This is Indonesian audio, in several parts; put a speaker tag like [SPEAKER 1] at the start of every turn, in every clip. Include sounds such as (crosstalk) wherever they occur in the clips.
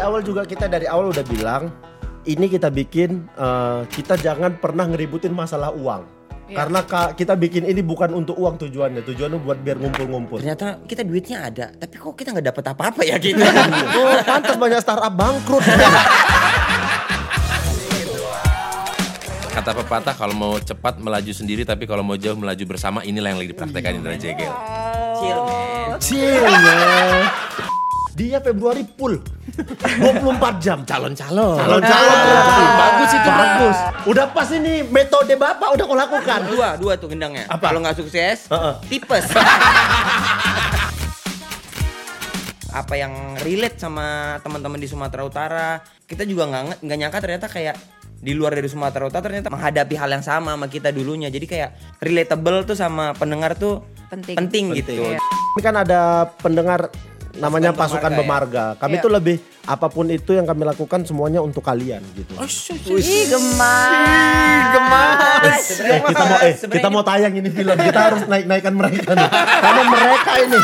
[SPEAKER 1] awal juga kita dari awal udah bilang ini kita bikin eh, kita jangan pernah ngeributin masalah uang. Karena ka- kita bikin ini bukan untuk uang tujuannya, tujuannya buat biar ngumpul-ngumpul.
[SPEAKER 2] Ternyata kita duitnya ada, tapi kok kita nggak dapat apa-apa ya gitu.
[SPEAKER 1] Oh, pantas banyak startup bangkrut.
[SPEAKER 3] Kata pepatah kalau mau cepat melaju sendiri tapi kalau mau jauh melaju bersama inilah yang lagi dipraktekkan Indra Jegel.
[SPEAKER 2] Chill, man.
[SPEAKER 1] Chill, man. Dia Februari full 24 jam.
[SPEAKER 2] Calon-calon.
[SPEAKER 1] Calon-calon.
[SPEAKER 2] Bagus itu,
[SPEAKER 1] bagus. Udah pas ini metode Bapak udah kau lakukan.
[SPEAKER 2] Dua, dua tuh gendangnya.
[SPEAKER 1] Apa?
[SPEAKER 2] Kalau nggak sukses,
[SPEAKER 1] Heeh.
[SPEAKER 2] tipes. apa yang relate sama teman-teman di Sumatera Utara kita juga nggak nge- nggak nyangka ternyata kayak di luar dari Sumatera Utara ternyata menghadapi hal yang sama sama kita dulunya jadi kayak relatable tuh sama pendengar tuh
[SPEAKER 4] Penting.
[SPEAKER 2] gitu
[SPEAKER 4] Iya.
[SPEAKER 1] Ini kan ada pendengar ya? namanya pasukan
[SPEAKER 2] Pasukan
[SPEAKER 1] pemarga. Kami
[SPEAKER 4] Iya.
[SPEAKER 1] tuh lebih apapun itu yang kami lakukan semuanya untuk kalian gitu.
[SPEAKER 4] Ih, gemas. Gemas.
[SPEAKER 1] Eh, kita mau eh kita mau tayang ini film. Kita harus naik-naikkan mereka nih. Karena mereka ini.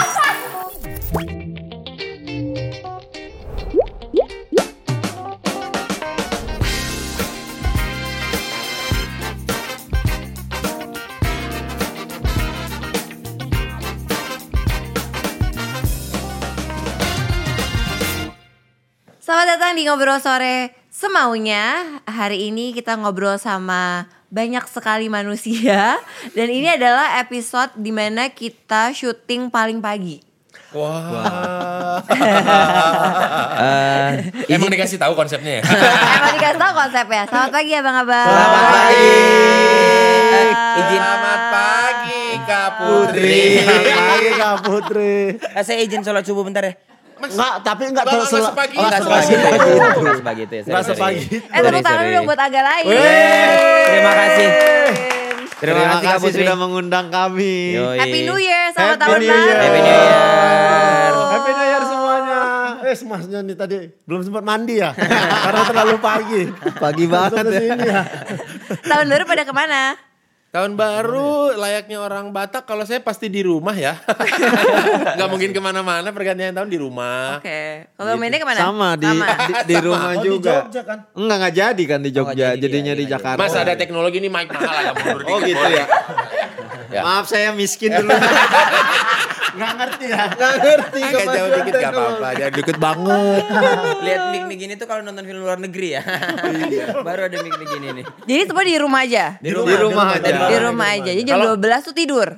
[SPEAKER 4] Selamat datang di Ngobrol Sore Semaunya. Hari ini kita ngobrol sama banyak sekali manusia (laughs) dan ini adalah episode dimana kita syuting paling pagi.
[SPEAKER 3] Eh, Emang dikasih tahu
[SPEAKER 5] (laughs)
[SPEAKER 3] konsepnya ya?
[SPEAKER 6] Eh,
[SPEAKER 4] Emang dikasih tahu konsepnya. Selamat pagi abang-abang.
[SPEAKER 2] Selamat pagi. Eh, izin
[SPEAKER 3] pagi Kak Putri.
[SPEAKER 1] Iya, Lagi Kak Putri.
[SPEAKER 2] Eh, saya izin sholat subuh bentar ya.
[SPEAKER 1] Enggak, tapi enggak
[SPEAKER 3] Bang,
[SPEAKER 1] terus-
[SPEAKER 3] nggak sepagi.
[SPEAKER 5] Oh,
[SPEAKER 1] nggak
[SPEAKER 2] Enggak
[SPEAKER 1] sepagi.
[SPEAKER 2] sepagi itu, enggak sepagi itu ya.
[SPEAKER 1] Nggak
[SPEAKER 2] sorry,
[SPEAKER 1] sepagi.
[SPEAKER 2] sorry.
[SPEAKER 4] Eh tepuk
[SPEAKER 2] Sorry,
[SPEAKER 4] tangan
[SPEAKER 2] sorry.
[SPEAKER 4] dong buat agak lain.
[SPEAKER 2] Terima kasih. Terima,
[SPEAKER 5] Terima
[SPEAKER 2] kasih Kak
[SPEAKER 5] kasih
[SPEAKER 2] Putri.
[SPEAKER 5] sudah mengundang kami.
[SPEAKER 2] Yoi.
[SPEAKER 4] Happy New Year, selamat
[SPEAKER 1] Happy
[SPEAKER 4] tahun
[SPEAKER 1] New
[SPEAKER 4] baru.
[SPEAKER 1] Year.
[SPEAKER 2] Happy New Year.
[SPEAKER 1] Eh, Happy New Year semuanya. Eh, semasnya nih tadi belum sempat mandi ya. (laughs) Karena terlalu pagi.
[SPEAKER 5] Pagi banget
[SPEAKER 1] Terus
[SPEAKER 5] ya.
[SPEAKER 1] ini ya.
[SPEAKER 4] Tahun baru pada kemana?
[SPEAKER 6] Tahun baru layaknya orang Batak kalau saya pasti di rumah
[SPEAKER 5] (laughs)
[SPEAKER 6] ya. Gak mungkin kemana-mana pergantian tahun di rumah.
[SPEAKER 4] Oke, kalau mainnya kemana?
[SPEAKER 5] Sama di di, di rumah
[SPEAKER 1] Oh, di
[SPEAKER 5] juga.
[SPEAKER 1] Jogja kan?
[SPEAKER 5] Enggak enggak jadi kan di Jogja,
[SPEAKER 2] jadi
[SPEAKER 5] jadinya
[SPEAKER 2] dia,
[SPEAKER 5] di
[SPEAKER 2] iya,
[SPEAKER 5] Jakarta.
[SPEAKER 6] Mas ada teknologi ini mic mahal ada mundur
[SPEAKER 5] Oh
[SPEAKER 6] dikit,
[SPEAKER 5] gitu
[SPEAKER 6] boleh.
[SPEAKER 5] ya.
[SPEAKER 6] Ya.
[SPEAKER 5] Maaf saya miskin
[SPEAKER 1] (laughs)
[SPEAKER 5] dulu.
[SPEAKER 1] Enggak ngerti ya.
[SPEAKER 5] Enggak ngerti
[SPEAKER 6] Agak jauh dikit gak apa-apa, jangan deket banget.
[SPEAKER 2] Lihat mic-mic ini tuh kalau nonton film luar negeri ya.
[SPEAKER 5] Iya.
[SPEAKER 2] (laughs) Baru ada mic-mic ini nih.
[SPEAKER 4] Jadi semua di rumah aja.
[SPEAKER 2] Di
[SPEAKER 5] rumah, di rumah aja.
[SPEAKER 4] Di rumah aja. Jadi jam
[SPEAKER 6] Kalau-
[SPEAKER 4] 12 tuh tidur.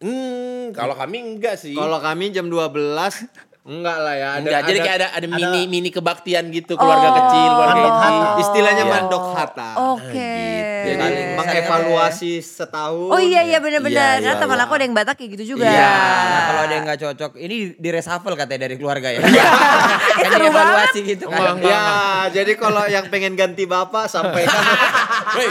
[SPEAKER 6] Hmm, kalau kami enggak sih.
[SPEAKER 5] Kalau kami jam 12 enggak lah ya. Ada,
[SPEAKER 6] enggak, jadi
[SPEAKER 5] ada-
[SPEAKER 6] kayak ada ada mini mini kebaktian gitu keluarga kecil, keluarga ini.
[SPEAKER 5] istilahnya
[SPEAKER 6] Iya.
[SPEAKER 5] mandok hata.
[SPEAKER 4] Oh, Oke.
[SPEAKER 5] Ya kan, mengevaluasi setahun.
[SPEAKER 4] Oh iya iya benar-benar.
[SPEAKER 6] Iya,
[SPEAKER 4] Karena
[SPEAKER 6] iya,
[SPEAKER 4] teman
[SPEAKER 6] iya.
[SPEAKER 4] aku ada yang Batak kayak gitu juga.
[SPEAKER 2] Iya. Nah, kalau ada yang nggak cocok, ini di- di reshuffle katanya dari keluarga (laughs) ya. Kan
[SPEAKER 4] Seru
[SPEAKER 2] evaluasi gitu
[SPEAKER 6] Enggak,
[SPEAKER 2] kan.
[SPEAKER 6] enggak.
[SPEAKER 5] Ya, jadi kalau yang pengen ganti bapak sampaikan.
[SPEAKER 6] Woi,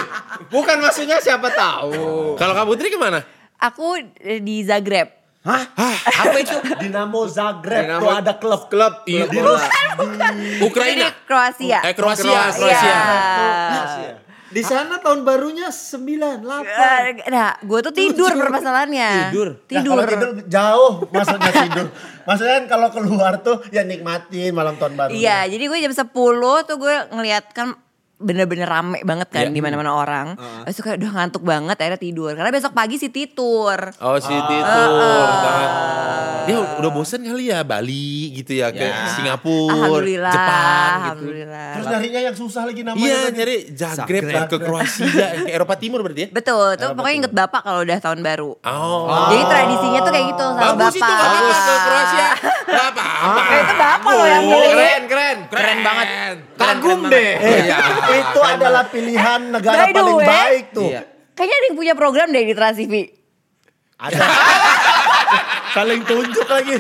[SPEAKER 5] Bukan maksudnya siapa tahu.
[SPEAKER 6] kalau Kak Putri kemana?
[SPEAKER 4] Aku eh, di Zagreb.
[SPEAKER 2] Apa itu?
[SPEAKER 1] Dinamo Zagreb
[SPEAKER 5] Dinamo-
[SPEAKER 1] tuh ada klub. Nah,
[SPEAKER 5] Klub,
[SPEAKER 6] Iya,
[SPEAKER 5] klub bola.
[SPEAKER 4] Jadi
[SPEAKER 6] Ukraina.
[SPEAKER 4] Kroasia.
[SPEAKER 6] Eh Kroasia,
[SPEAKER 4] Iya.
[SPEAKER 6] Kroasia.
[SPEAKER 5] Di sana tahun barunya 9, 8.
[SPEAKER 4] Eh, Nah, gue tuh tidur permasalahannya.
[SPEAKER 2] Tidur.
[SPEAKER 1] Nah,
[SPEAKER 4] Tidur.
[SPEAKER 1] kalau tidur jauh maksudnya tidur. maksudnya kan kalau keluar tuh ya nikmatin malam tahun baru.
[SPEAKER 4] Iya, jadi gue jam 10 tuh gue ngeliat kan bener-bener rame banget kan di mana-mana orang. Terus tuh kayak udah ngantuk banget akhirnya tidur. Karena besok pagi sih titur.
[SPEAKER 6] Oh si
[SPEAKER 5] Ah.
[SPEAKER 6] Tito. Jangan. Dia udah bosen kali ya Bali gitu ya ke Singapura,
[SPEAKER 4] Alhamdulillah.
[SPEAKER 6] Jepang gitu.
[SPEAKER 4] Alhamdulillah.
[SPEAKER 1] Terus nyarinya yang susah lagi namanya.
[SPEAKER 6] Iya
[SPEAKER 1] tadi.
[SPEAKER 6] nyari Zagreb lah, ke Kroasia, ke Eropa Timur berarti ya.
[SPEAKER 4] Betul, tuh pokoknya inget bapak kalau udah tahun baru.
[SPEAKER 6] Oh.
[SPEAKER 4] Jadi tradisinya tuh kayak gitu sama
[SPEAKER 6] Bagus
[SPEAKER 4] bapak.
[SPEAKER 6] itu kalau ke Kroasia. Gak apa-apa.
[SPEAKER 4] Eh, itu bapak loh yang milih.
[SPEAKER 5] Keren, keren.
[SPEAKER 6] Keren Iya. banget.
[SPEAKER 5] Kagum deh.
[SPEAKER 1] Eh, itu adalah pilihan negara
[SPEAKER 4] By the
[SPEAKER 1] paling
[SPEAKER 4] way,
[SPEAKER 1] baik tuh.
[SPEAKER 2] Iya.
[SPEAKER 4] Kayaknya ada yang punya program deh di Trans TV.
[SPEAKER 1] Ada. Saling tunjuk lagi.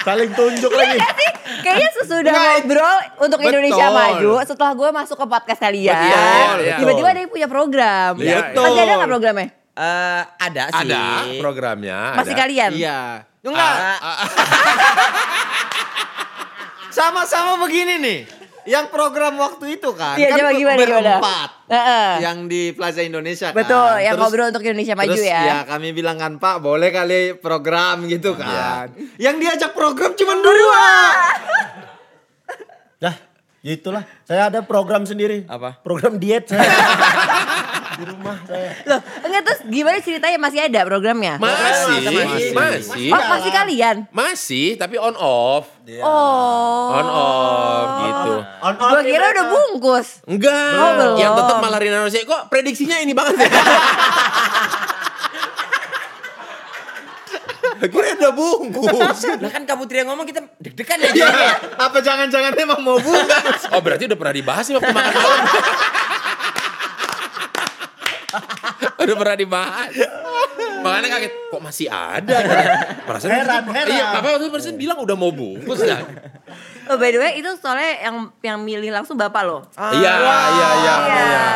[SPEAKER 1] Saling tunjuk lagi.
[SPEAKER 4] Iya sih? Kayaknya sesudah
[SPEAKER 5] Nggak,
[SPEAKER 4] ngobrol untuk
[SPEAKER 5] betul.
[SPEAKER 4] Indonesia Maju, setelah gue masuk ke podcast kalian,
[SPEAKER 6] Betul, iya.
[SPEAKER 4] tiba-tiba ada yang punya program.
[SPEAKER 6] Iya,
[SPEAKER 4] Masih
[SPEAKER 5] betul.
[SPEAKER 4] ada nggak programnya?
[SPEAKER 2] Eh, ada sih.
[SPEAKER 6] Ada programnya.
[SPEAKER 4] Masih
[SPEAKER 6] ada.
[SPEAKER 4] kalian?
[SPEAKER 5] Iya. Enggak, sama-sama begini nih. Yang program waktu itu kan,
[SPEAKER 4] Iya,
[SPEAKER 5] kan
[SPEAKER 4] coba gimana, gimana?
[SPEAKER 5] berempat.
[SPEAKER 4] Heeh.
[SPEAKER 5] Yang di Plaza Indonesia kan.
[SPEAKER 4] Betul, yang
[SPEAKER 5] Terus-
[SPEAKER 4] ngobrol untuk Indonesia Maju
[SPEAKER 5] Terus
[SPEAKER 4] ya.
[SPEAKER 5] ya kami bilang kan Pak boleh kali Iya. program gitu kan. Yang diajak program cuma dua.
[SPEAKER 1] Ya itulah, saya ada program sendiri.
[SPEAKER 2] Apa?
[SPEAKER 1] Program diet
[SPEAKER 5] (laughs)
[SPEAKER 1] saya. di rumah saya.
[SPEAKER 4] Loh, enggak terus gimana ceritanya masih ada programnya?
[SPEAKER 6] Masih,
[SPEAKER 3] Masih.
[SPEAKER 6] masih, masih,
[SPEAKER 4] oh, masih kalian.
[SPEAKER 6] masih, tapi on off,
[SPEAKER 4] Oh.
[SPEAKER 6] on off gitu.
[SPEAKER 1] On on
[SPEAKER 4] Gua kira udah bungkus.
[SPEAKER 6] Enggak,
[SPEAKER 4] Oh, belum.
[SPEAKER 6] yang tetap malah Rina Nose. Kok prediksinya ini banget ya? Akhirnya udah bungkus.
[SPEAKER 2] Lah kan Kak Putri yang ngomong kita deg-degan ya.
[SPEAKER 5] Iya.
[SPEAKER 2] jadinya.
[SPEAKER 5] Apa jangan-jangan emang mau buka?
[SPEAKER 6] Oh berarti udah pernah dibahas nih waktu makan malam. udah pernah dibahas. Makanya kaget, kok masih ada? Perasaan
[SPEAKER 1] Heran,
[SPEAKER 6] waktu itu-
[SPEAKER 1] heran.
[SPEAKER 6] Iya, apa waktu itu perasaan bilang udah mau bungkus kan?
[SPEAKER 4] Oh, by the way, itu soalnya yang yang milih langsung Bapak loh.
[SPEAKER 6] Iya, iya, iya.
[SPEAKER 4] Iya.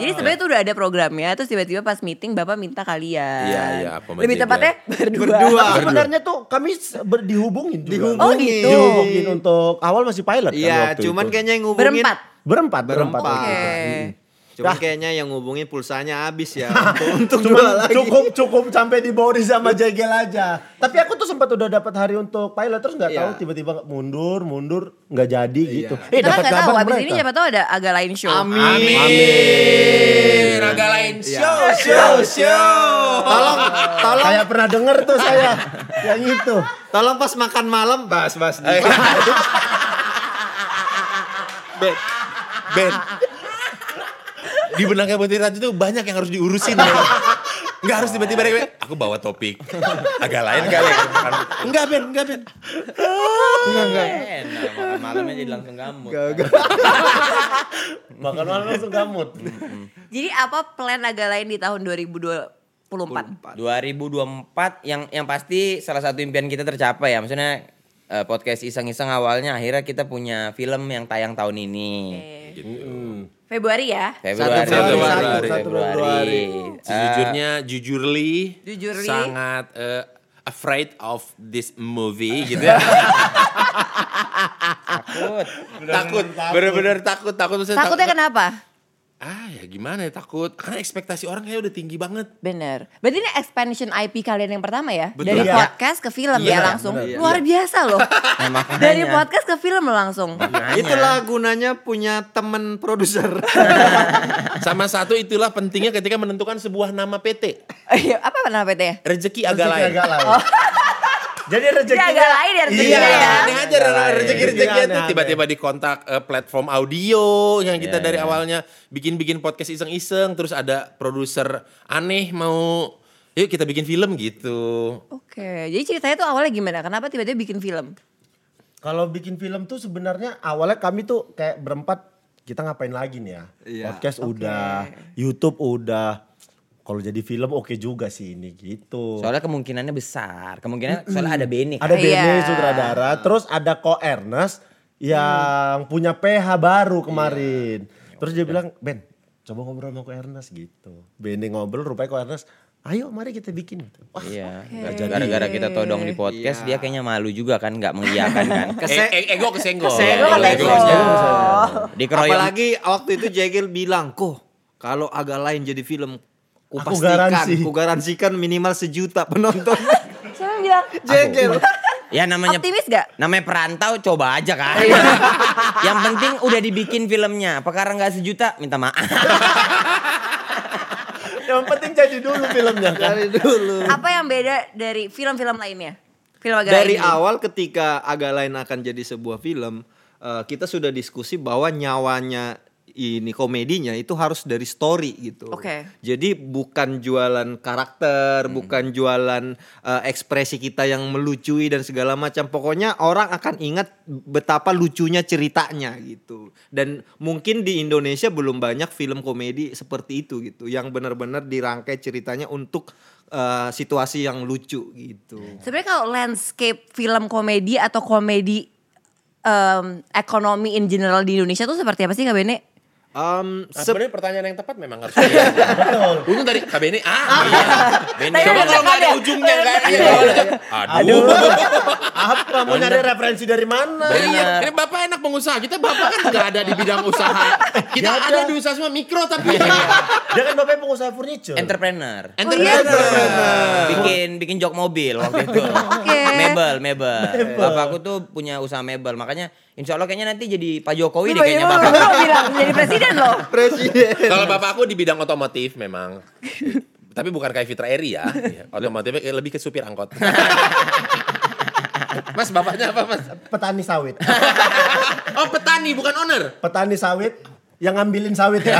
[SPEAKER 4] Jadi sebenarnya itu udah ada programnya, terus tiba-tiba pas meeting Bapak minta kalian.
[SPEAKER 6] Iya, iya, pemain
[SPEAKER 4] Lebih
[SPEAKER 6] dia
[SPEAKER 4] tepatnya berdua.
[SPEAKER 5] Berdua.
[SPEAKER 1] Sebenarnya tuh kami se- ber- dihubungin juga.
[SPEAKER 4] Oh, gitu.
[SPEAKER 1] Dihubungin untuk awal masih pilot kan
[SPEAKER 5] Iya,
[SPEAKER 1] waktu
[SPEAKER 5] cuman
[SPEAKER 1] itu.
[SPEAKER 5] kayaknya yang ngubungin
[SPEAKER 4] Berempat.
[SPEAKER 1] berempat, berempat.
[SPEAKER 5] Berempat.
[SPEAKER 4] Oke.
[SPEAKER 5] Cuman
[SPEAKER 1] Dah.
[SPEAKER 5] kayaknya yang ngubungin pulsanya habis ya. (laughs) (laughs) untuk, untuk
[SPEAKER 1] Cuman
[SPEAKER 5] dua lagi. Iya.
[SPEAKER 1] cukup cukup sampai di Boris sama Jegel aja. Tapi aku tuh sempat udah dapat hari untuk pilot terus nggak
[SPEAKER 5] Iya.
[SPEAKER 1] tahu tiba-tiba mundur mundur nggak jadi gitu. Eh
[SPEAKER 4] Kita kan
[SPEAKER 1] dapat
[SPEAKER 4] nggak tahu.
[SPEAKER 1] kabar
[SPEAKER 4] Abis ini
[SPEAKER 1] mereka.
[SPEAKER 4] siapa tahu ada agak lain show.
[SPEAKER 5] Amin.
[SPEAKER 6] Amin. Agak lain. Show, show, show.
[SPEAKER 5] Tolong, tolong,
[SPEAKER 1] Kayak pernah denger tuh
[SPEAKER 5] (laughs)
[SPEAKER 1] saya yang itu.
[SPEAKER 5] tolong pas makan malam bahas-bahas di.
[SPEAKER 2] Iya.
[SPEAKER 6] Ben, Ben. Di benaknya Putri Raju tuh banyak yang harus diurusin. Enggak harus tiba-tiba dia kayak, aku bawa topik. Agak lain kali. Enggak Ben, enggak Ben.
[SPEAKER 2] Enak, makan malamnya Eh, jadi langsung gamut.
[SPEAKER 1] Makan malam langsung gamut.
[SPEAKER 4] Hmm. Jadi apa plan agak lain di tahun 2024?
[SPEAKER 2] 2024 yang yang pasti salah satu impian kita tercapai ya. Maksudnya eh, podcast iseng-iseng awalnya akhirnya kita punya film yang tayang tahun ini.
[SPEAKER 4] Februari ya.
[SPEAKER 2] Februari.
[SPEAKER 6] Satu Februari.
[SPEAKER 1] Satu, satu Februari.
[SPEAKER 2] Eh,
[SPEAKER 6] Sejujurnya, jujurly,
[SPEAKER 4] Jujurly.
[SPEAKER 6] sangat eh, afraid of this movie gitu ya.
[SPEAKER 2] takut.
[SPEAKER 6] takut, bener-bener takut, takut. Maksudnya
[SPEAKER 4] Takutnya kenapa?
[SPEAKER 6] Ah ya gimana ya takut, karena ekspektasi orang kayak udah tinggi banget.
[SPEAKER 4] Bener. Berarti ini expansion IP kalian yang pertama ya?
[SPEAKER 6] Betul.
[SPEAKER 4] Dari
[SPEAKER 1] Iya.
[SPEAKER 4] podcast ke film
[SPEAKER 6] Iya,
[SPEAKER 4] ya langsung.
[SPEAKER 1] bener. Iya.
[SPEAKER 4] Luar biasa loh.
[SPEAKER 2] Nah, makanya.
[SPEAKER 4] Dari podcast ke film loh langsung.
[SPEAKER 2] Makanya.
[SPEAKER 5] Itulah gunanya punya temen produser.
[SPEAKER 6] Sama satu itulah pentingnya ketika menentukan sebuah nama PT.
[SPEAKER 4] Iya, apa nama PT ya?
[SPEAKER 6] Rezeki
[SPEAKER 1] Agak
[SPEAKER 6] agak lain.
[SPEAKER 1] Agak lain. Jadi
[SPEAKER 4] Dia
[SPEAKER 1] rezekinya
[SPEAKER 4] agak Oh. lain ya
[SPEAKER 6] Iya,
[SPEAKER 4] rezekinya ya.
[SPEAKER 6] aneh aja rezeki-rezeki
[SPEAKER 1] Aneh,
[SPEAKER 6] itu
[SPEAKER 1] aneh.
[SPEAKER 6] tiba-tiba dikontak eh, platform audio yang
[SPEAKER 2] Iya,
[SPEAKER 6] kita dari
[SPEAKER 2] iya.
[SPEAKER 6] awalnya bikin-bikin podcast iseng-iseng terus ada produser aneh mau yuk kita bikin film gitu.
[SPEAKER 4] Oke, jadi ceritanya tuh awalnya gimana? Kenapa tiba-tiba bikin film?
[SPEAKER 1] Kalau bikin film tuh sebenarnya awalnya kami tuh kayak berempat kita ngapain lagi nih ya?
[SPEAKER 5] Iya.
[SPEAKER 1] Podcast udah, YouTube udah. Kalau jadi film oke juga sih ini gitu.
[SPEAKER 2] Soalnya kemungkinannya besar. Kemungkinan soalnya ada kan. Beni.
[SPEAKER 1] ada Bene
[SPEAKER 4] Iya.
[SPEAKER 1] sutradara, terus ada Ko Ernest yang punya PH baru kemarin. Terus dia bilang, "Ben, coba ngobrol sama Ko Ernest gitu." Bene ngobrol rupanya Ko Ernest, "Ayo mari kita bikin." Gitu. Wah,
[SPEAKER 2] Iya,
[SPEAKER 1] Nggak jadi.
[SPEAKER 2] gara-gara kita todong di podcast dia kayaknya malu juga kan nggak mengiyakan kan.
[SPEAKER 5] Kese-
[SPEAKER 6] Eh, eh, ego kesenggol.
[SPEAKER 5] Kesenggol,
[SPEAKER 6] Ego, ego,
[SPEAKER 4] kesenggol.
[SPEAKER 6] kesenggol.
[SPEAKER 2] Dikeroyok.
[SPEAKER 5] Apalagi waktu itu Jegel bilang, "Kok kalau agak lain jadi film, ku
[SPEAKER 1] Aku
[SPEAKER 5] pastikan,
[SPEAKER 1] garansi."
[SPEAKER 5] ku garansikan minimal sejuta
[SPEAKER 2] (laughs)
[SPEAKER 5] penonton."
[SPEAKER 4] Siapa yang bilang?
[SPEAKER 5] Jegel.
[SPEAKER 2] Ya namanya
[SPEAKER 4] Optimis gak?
[SPEAKER 2] Namanya perantau coba aja kan. Yang penting udah dibikin filmnya. Perkara nggak sejuta minta maaf.
[SPEAKER 1] yang penting jadi dulu filmnya kan.
[SPEAKER 5] Dari dulu.
[SPEAKER 4] Apa yang beda dari film-film lainnya? Film agak
[SPEAKER 5] Dari
[SPEAKER 4] lain gitu. ini.
[SPEAKER 5] awal ketika agak lain akan jadi sebuah film, eh, kita sudah diskusi bahwa nyawanya ini komedinya itu harus dari story gitu.
[SPEAKER 4] Oke. Hmm.
[SPEAKER 5] Jadi bukan jualan karakter, bukan jualan eh, ekspresi kita yang melucui dan segala macam. Pokoknya orang akan ingat betapa lucunya ceritanya gitu. Dan mungkin di Indonesia belum banyak film komedi seperti itu gitu, yang benar-benar dirangkai ceritanya untuk eh, situasi yang lucu gitu.
[SPEAKER 4] Sebenarnya kalau landscape film komedi atau komedi em, ekonomi in general di Indonesia tuh seperti apa sih Kak Bene?
[SPEAKER 5] Um,
[SPEAKER 6] Nah,
[SPEAKER 5] se-
[SPEAKER 6] sebenarnya pertanyaan yang tepat memang harus dia. Untung tadi KBN ah. iya. Beni.
[SPEAKER 4] Tadi
[SPEAKER 6] Coba
[SPEAKER 4] ada
[SPEAKER 6] kalau nggak ada
[SPEAKER 4] ada.
[SPEAKER 6] ujungnya kan. Iya,
[SPEAKER 1] Iya.
[SPEAKER 6] kalau ada- Aduh.
[SPEAKER 1] Apa mau nyari referensi dari mana?
[SPEAKER 6] Iya, ini bapak enak pengusaha. Kita bapak kan nggak ada di bidang usaha. Kita ada di usaha semua mikro tapi.
[SPEAKER 1] Dia kan bapaknya pengusaha furniture.
[SPEAKER 2] entrepreneur.
[SPEAKER 6] Entrepreneur.
[SPEAKER 2] bikin bikin jok mobil waktu itu.
[SPEAKER 4] Oke.
[SPEAKER 2] Mebel, mebel. Bapakku tuh punya usaha mebel, makanya insya Allah kayaknya nanti jadi Pak Jokowi deh
[SPEAKER 4] Lu
[SPEAKER 2] kayaknya
[SPEAKER 4] bayangin,
[SPEAKER 2] bapak.
[SPEAKER 4] (laughs) lu bilang jadi presiden loh.
[SPEAKER 5] presiden.
[SPEAKER 6] Kalau bapak aku di bidang otomotif memang. (laughs) Tapi bukan kayak Fitra Eri (laughs) ya. Iya, Otomotifnya kayak lebih ke supir angkot. (laughs) Mas bapaknya apa mas?
[SPEAKER 1] Petani sawit.
[SPEAKER 6] (laughs) Oh petani bukan owner.
[SPEAKER 1] Petani sawit yang ngambilin sawit ya.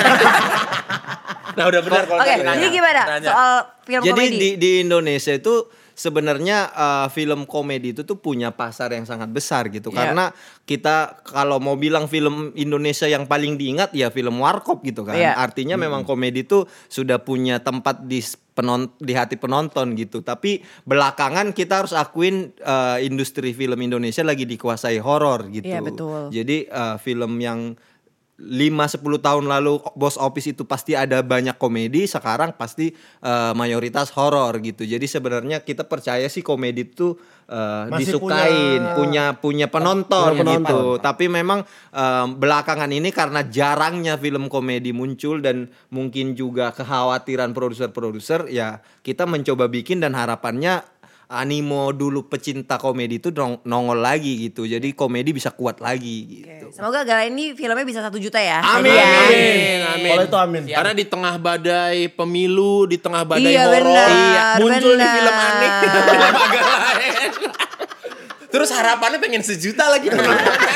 [SPEAKER 6] Nah udah benar kalau
[SPEAKER 4] Oke,
[SPEAKER 6] tadi nanya.
[SPEAKER 4] jadi gimana
[SPEAKER 6] Nanya.
[SPEAKER 4] soal film
[SPEAKER 5] Jadi
[SPEAKER 4] komedi?
[SPEAKER 5] di di Indonesia itu sebenarnya uh, film komedi itu tuh punya pasar yang sangat besar gitu
[SPEAKER 4] Iya.
[SPEAKER 5] karena kita kalau mau bilang film Indonesia yang paling diingat ya film Warkop gitu kan.
[SPEAKER 4] Iya.
[SPEAKER 5] Artinya memang komedi itu sudah punya tempat di s- penon di hati penonton gitu. Tapi belakangan kita harus akuin uh, industri film Indonesia lagi dikuasai horor gitu.
[SPEAKER 4] Iya, betul.
[SPEAKER 5] Jadi uh, film yang 5-10 tahun lalu Bos Office itu pasti ada banyak komedi, sekarang pasti uh, mayoritas horor gitu. Jadi sebenarnya kita percaya sih komedi itu uh,
[SPEAKER 1] Masih
[SPEAKER 5] disukain, punya punya penonton,
[SPEAKER 1] Punya penonton.
[SPEAKER 5] gitu. Tapi memang um, belakangan ini karena jarangnya film komedi muncul dan mungkin juga kekhawatiran produser-produser ya kita mencoba bikin dan harapannya animo dulu pecinta komedi itu nong- nongol lagi gitu. Jadi komedi bisa kuat lagi gitu.
[SPEAKER 4] Semoga gara ini filmnya bisa satu juta ya.
[SPEAKER 5] Amin.
[SPEAKER 4] Jadi ya.
[SPEAKER 6] Amin, amin.
[SPEAKER 1] Kalau itu amin.
[SPEAKER 6] Karena di tengah badai pemilu, di tengah badai
[SPEAKER 4] Iya,
[SPEAKER 6] horor,
[SPEAKER 4] benar,
[SPEAKER 6] muncul di
[SPEAKER 4] benar.
[SPEAKER 6] film aneh, film agak lain. Terus harapannya pengen sejuta lagi penontonnya.
[SPEAKER 4] (laughs)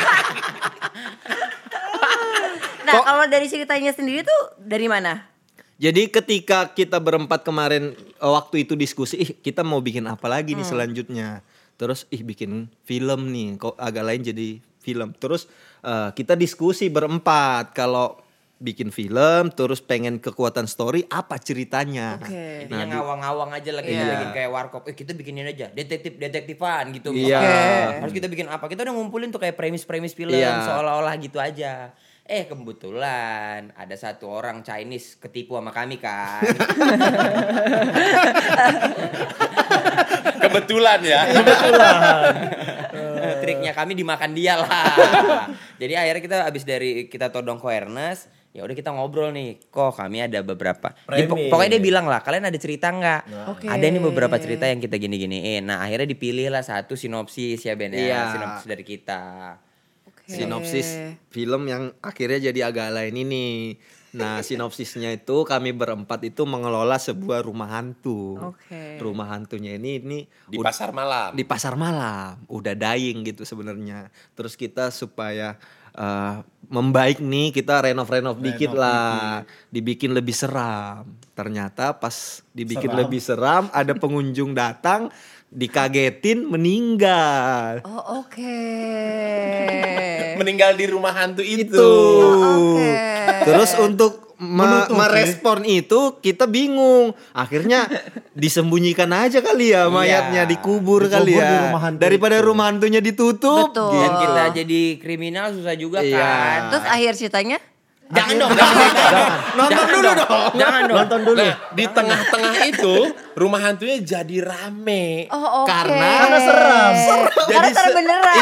[SPEAKER 4] Nah, kalau dari ceritanya sendiri tuh dari mana?
[SPEAKER 5] Jadi ketika kita berempat kemarin eh, waktu itu diskusi, ih kita mau bikin apa lagi
[SPEAKER 4] Hmm.
[SPEAKER 5] nih selanjutnya. Terus ih bikin film nih, kok agak lain jadi film. Terus eh, kita diskusi berempat kalau bikin film, terus pengen kekuatan story apa ceritanya. Nah,
[SPEAKER 4] Oke.
[SPEAKER 2] Jadi yang ngawang-ngawang aja lagi lagi kayak warkop. Eh kita bikinin aja detektif detektifan gitu.
[SPEAKER 5] Iya.
[SPEAKER 2] misalnya.
[SPEAKER 5] Oke.
[SPEAKER 2] Harus kita bikin apa? Kita udah ngumpulin tuh kayak premis-premis film
[SPEAKER 5] Iya.
[SPEAKER 2] seolah-olah gitu aja. Eh kebetulan ada satu orang Chinese ketipu sama kami kan.
[SPEAKER 6] Kebetulan ya.
[SPEAKER 2] Eh, Triknya kami dimakan dia lah. Jadi akhirnya kita abis dari kita todong ke Ernest, ya udah kita ngobrol nih. Kok kami ada beberapa. Dia po-
[SPEAKER 1] Premis.
[SPEAKER 2] pokoknya dia bilang lah, kalian ada cerita nggak?
[SPEAKER 4] Oke.
[SPEAKER 2] Ada nih beberapa cerita yang kita gini-giniin. Nah akhirnya dipilih lah satu sinopsis ya Ben ya,
[SPEAKER 5] Iya.
[SPEAKER 2] sinopsis dari kita.
[SPEAKER 5] Sinopsis film yang akhirnya jadi agak lain ini.
[SPEAKER 4] (laughs)
[SPEAKER 5] Nah, sinopsisnya itu kami berempat itu mengelola sebuah rumah hantu.
[SPEAKER 4] Oke.
[SPEAKER 5] Rumah hantunya ini ini
[SPEAKER 6] Di
[SPEAKER 5] ud-
[SPEAKER 6] pasar malam.
[SPEAKER 5] di pasar malam udah dying gitu sebenarnya terus kita supaya eh, membaik nih kita renov renov dikit lah dibikin lebih seram ternyata pas dibikin
[SPEAKER 1] Seram.
[SPEAKER 5] lebih seram ada pengunjung datang dikagetin meninggal
[SPEAKER 4] Oh, oke.
[SPEAKER 6] Meninggal di rumah hantu itu.
[SPEAKER 5] itu
[SPEAKER 1] Ya,
[SPEAKER 4] Oke.
[SPEAKER 5] Gitu. terus untuk me- merespon itu kita bingung akhirnya disembunyikan aja kali ya mayatnya dikubur,
[SPEAKER 1] Iya. Dikubur
[SPEAKER 5] kali
[SPEAKER 1] di
[SPEAKER 5] ya
[SPEAKER 1] rumah hantu
[SPEAKER 5] daripada
[SPEAKER 1] itu.
[SPEAKER 5] rumah hantunya ditutup
[SPEAKER 4] Betul.
[SPEAKER 2] Dan kita jadi kriminal susah juga
[SPEAKER 5] Iya.
[SPEAKER 2] kan.
[SPEAKER 4] Oh. Terus akhir ceritanya?
[SPEAKER 2] Jangan dong, jangan,
[SPEAKER 6] Nonton dulu dong.
[SPEAKER 2] jangan dong.
[SPEAKER 1] Nonton dulu.
[SPEAKER 6] Nah, di tengah-tengah itu rumah hantunya jadi rame.
[SPEAKER 4] Oh, oke.
[SPEAKER 5] Karena-
[SPEAKER 1] Karena seram.
[SPEAKER 4] Karena
[SPEAKER 5] Jadi se- Iya.
[SPEAKER 4] terbeneran.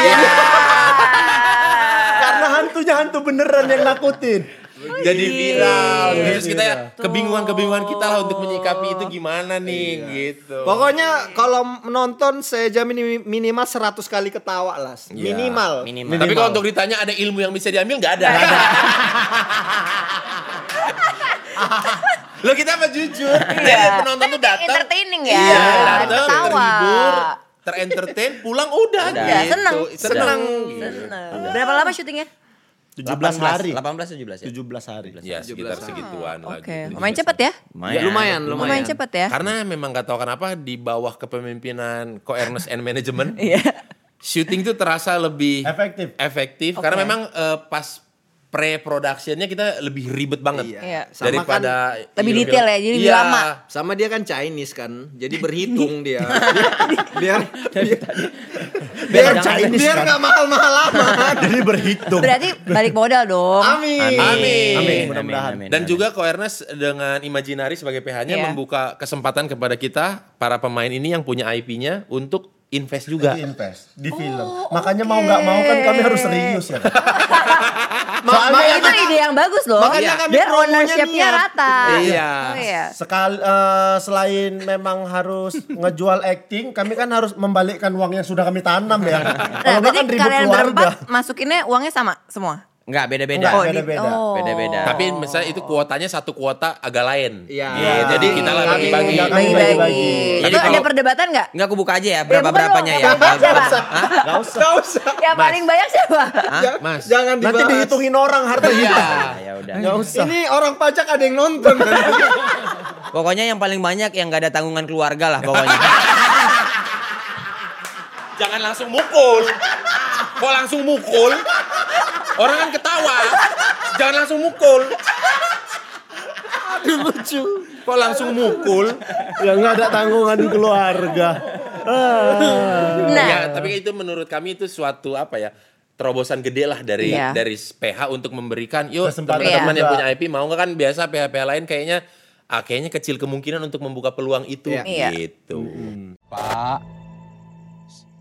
[SPEAKER 1] Karena hantunya hantu beneran yang nakutin.
[SPEAKER 6] jadi
[SPEAKER 4] iya.
[SPEAKER 6] viral. Terus kita ya,
[SPEAKER 4] Gitu.
[SPEAKER 6] kebingungan-kebingungan kita lah untuk menyikapi itu gimana nih gitu.
[SPEAKER 5] Pokoknya kalau menonton saya jamin mi- minimal 100 kali ketawa lah. Minimal.
[SPEAKER 2] Minimal.
[SPEAKER 6] Tapi kalau untuk ditanya ada ilmu yang bisa diambil nggak ada. (laughs) Lo kita apa jujur? Jadi penonton tuh datang.
[SPEAKER 4] Iya. Kan entertaining ya.
[SPEAKER 6] Iya, datang,
[SPEAKER 4] Ketawa.
[SPEAKER 6] terhibur, terentertain, pulang udah.
[SPEAKER 2] Udah.
[SPEAKER 4] Ya,
[SPEAKER 6] gitu.
[SPEAKER 4] seneng.
[SPEAKER 6] Seneng.
[SPEAKER 4] Seneng.
[SPEAKER 5] Iya.
[SPEAKER 4] Berapa lama syutingnya?
[SPEAKER 1] 17 hari.
[SPEAKER 2] 18 17 ya.
[SPEAKER 1] 17 hari.
[SPEAKER 6] Ya sekitar segituan lah.
[SPEAKER 4] Oke,
[SPEAKER 6] gitu.
[SPEAKER 4] lumayan cepet ya.
[SPEAKER 5] Ya, lumayan,
[SPEAKER 4] Lumayan
[SPEAKER 5] lumayan.
[SPEAKER 4] cepet ya.
[SPEAKER 6] Karena memang gak tahu kenapa di bawah kepemimpinan Ko Ernest and Management,
[SPEAKER 4] (laughs) Iya.
[SPEAKER 6] syuting tuh terasa lebih (laughs)
[SPEAKER 1] Efektif.
[SPEAKER 6] efektif
[SPEAKER 4] Oke.
[SPEAKER 6] karena memang eh, pas pre-productionnya kita lebih ribet banget.
[SPEAKER 4] Iya.
[SPEAKER 5] Sama
[SPEAKER 6] Daripada
[SPEAKER 4] kan lebih detail ya, jadi lebih
[SPEAKER 6] Iya.
[SPEAKER 4] lama.
[SPEAKER 5] Sama dia kan Chinese kan, (laughs) jadi berhitung dia. biar biar (laughs) biar,
[SPEAKER 2] jangan-
[SPEAKER 5] Chinese kan. biar nggak mahal-mahal amat.
[SPEAKER 1] Jadi berhitung.
[SPEAKER 5] (laughs)
[SPEAKER 4] Berarti balik modal dong.
[SPEAKER 5] Amin.
[SPEAKER 6] Amin.
[SPEAKER 1] Amin,
[SPEAKER 2] mudah-mudahan.
[SPEAKER 1] mudah-mudahan.
[SPEAKER 6] Dan juga Koernas dengan Imaginary sebagai PH-nya
[SPEAKER 4] Iya.
[SPEAKER 6] membuka kesempatan kepada kita para pemain ini yang punya IP-nya untuk invest juga.
[SPEAKER 1] Di invest di film.
[SPEAKER 4] Oh,
[SPEAKER 1] Makanya mau nggak mau kan kami harus serius ya. kan?
[SPEAKER 4] Soalnya itu ide yang bagus loh.
[SPEAKER 5] kan- Makanya kami
[SPEAKER 4] Iya. Biar
[SPEAKER 5] promonya
[SPEAKER 4] ownership-nya
[SPEAKER 5] niat.
[SPEAKER 4] rata.
[SPEAKER 5] Iya.
[SPEAKER 4] Oh, iya.
[SPEAKER 1] Sekali eh, selain memang harus
[SPEAKER 4] (laughs)
[SPEAKER 1] ngejual acting, kami kan harus membalikkan uang yang sudah kami tanam ya.
[SPEAKER 4] Nah,
[SPEAKER 1] Kalau nggak
[SPEAKER 4] berarti
[SPEAKER 1] kan ribut
[SPEAKER 4] kalian
[SPEAKER 1] keluarga.
[SPEAKER 4] berempat masukinnya uangnya sama semua.
[SPEAKER 2] Enggak,
[SPEAKER 1] Enggak,
[SPEAKER 2] beda-beda.
[SPEAKER 4] di-
[SPEAKER 1] beda-beda.
[SPEAKER 2] Beda-beda.
[SPEAKER 4] oh.
[SPEAKER 6] Tapi misalnya itu kuotanya satu kuota agak lain.
[SPEAKER 5] Iya.
[SPEAKER 6] Iya, Jadi kita lah
[SPEAKER 1] Kami-
[SPEAKER 4] Iya.
[SPEAKER 6] bagi-bagi.
[SPEAKER 1] kami
[SPEAKER 4] Bagi-bagi.
[SPEAKER 1] bagi-bagi.
[SPEAKER 4] Itu
[SPEAKER 2] Jadi
[SPEAKER 4] ada
[SPEAKER 2] kalau-
[SPEAKER 4] perdebatan nggak?
[SPEAKER 2] Enggak aku buka aja ya
[SPEAKER 4] bukan
[SPEAKER 2] berapa-berapanya
[SPEAKER 4] Iya, dong.
[SPEAKER 2] ya.
[SPEAKER 4] Siapa?
[SPEAKER 1] Gak usah.
[SPEAKER 5] Gak usah.
[SPEAKER 4] Yang paling banyak siapa?
[SPEAKER 5] Ja-
[SPEAKER 6] Mas.
[SPEAKER 5] Jangan dibahas.
[SPEAKER 1] Nanti dihitungin orang harta
[SPEAKER 4] Iya.
[SPEAKER 1] kita.
[SPEAKER 2] Ah, ya udah.
[SPEAKER 1] Gak usah.
[SPEAKER 5] Ini orang pajak ada yang nonton. kan?
[SPEAKER 2] Pokoknya yang paling banyak yang gak ada tanggungan keluarga lah pokoknya.
[SPEAKER 6] Jangan langsung mukul. Kok langsung mukul? Orang kan ketawa. Jangan langsung mukul.
[SPEAKER 5] Aduh lucu.
[SPEAKER 6] Kok langsung mukul?
[SPEAKER 1] Ya nggak ada tanggungan keluarga. Eh,
[SPEAKER 4] Nah,
[SPEAKER 6] Ya, tapi itu menurut kami itu suatu apa ya? terobosan gede lah dari
[SPEAKER 4] Iya.
[SPEAKER 6] dari PH untuk memberikan yuk
[SPEAKER 1] Kesempatan
[SPEAKER 6] teman-teman
[SPEAKER 1] juga.
[SPEAKER 6] yang punya IP mau nggak kan biasa PH-PH lain kayaknya ah kayaknya kecil kemungkinan untuk membuka peluang itu
[SPEAKER 4] Iya.
[SPEAKER 6] gitu.
[SPEAKER 7] Pak,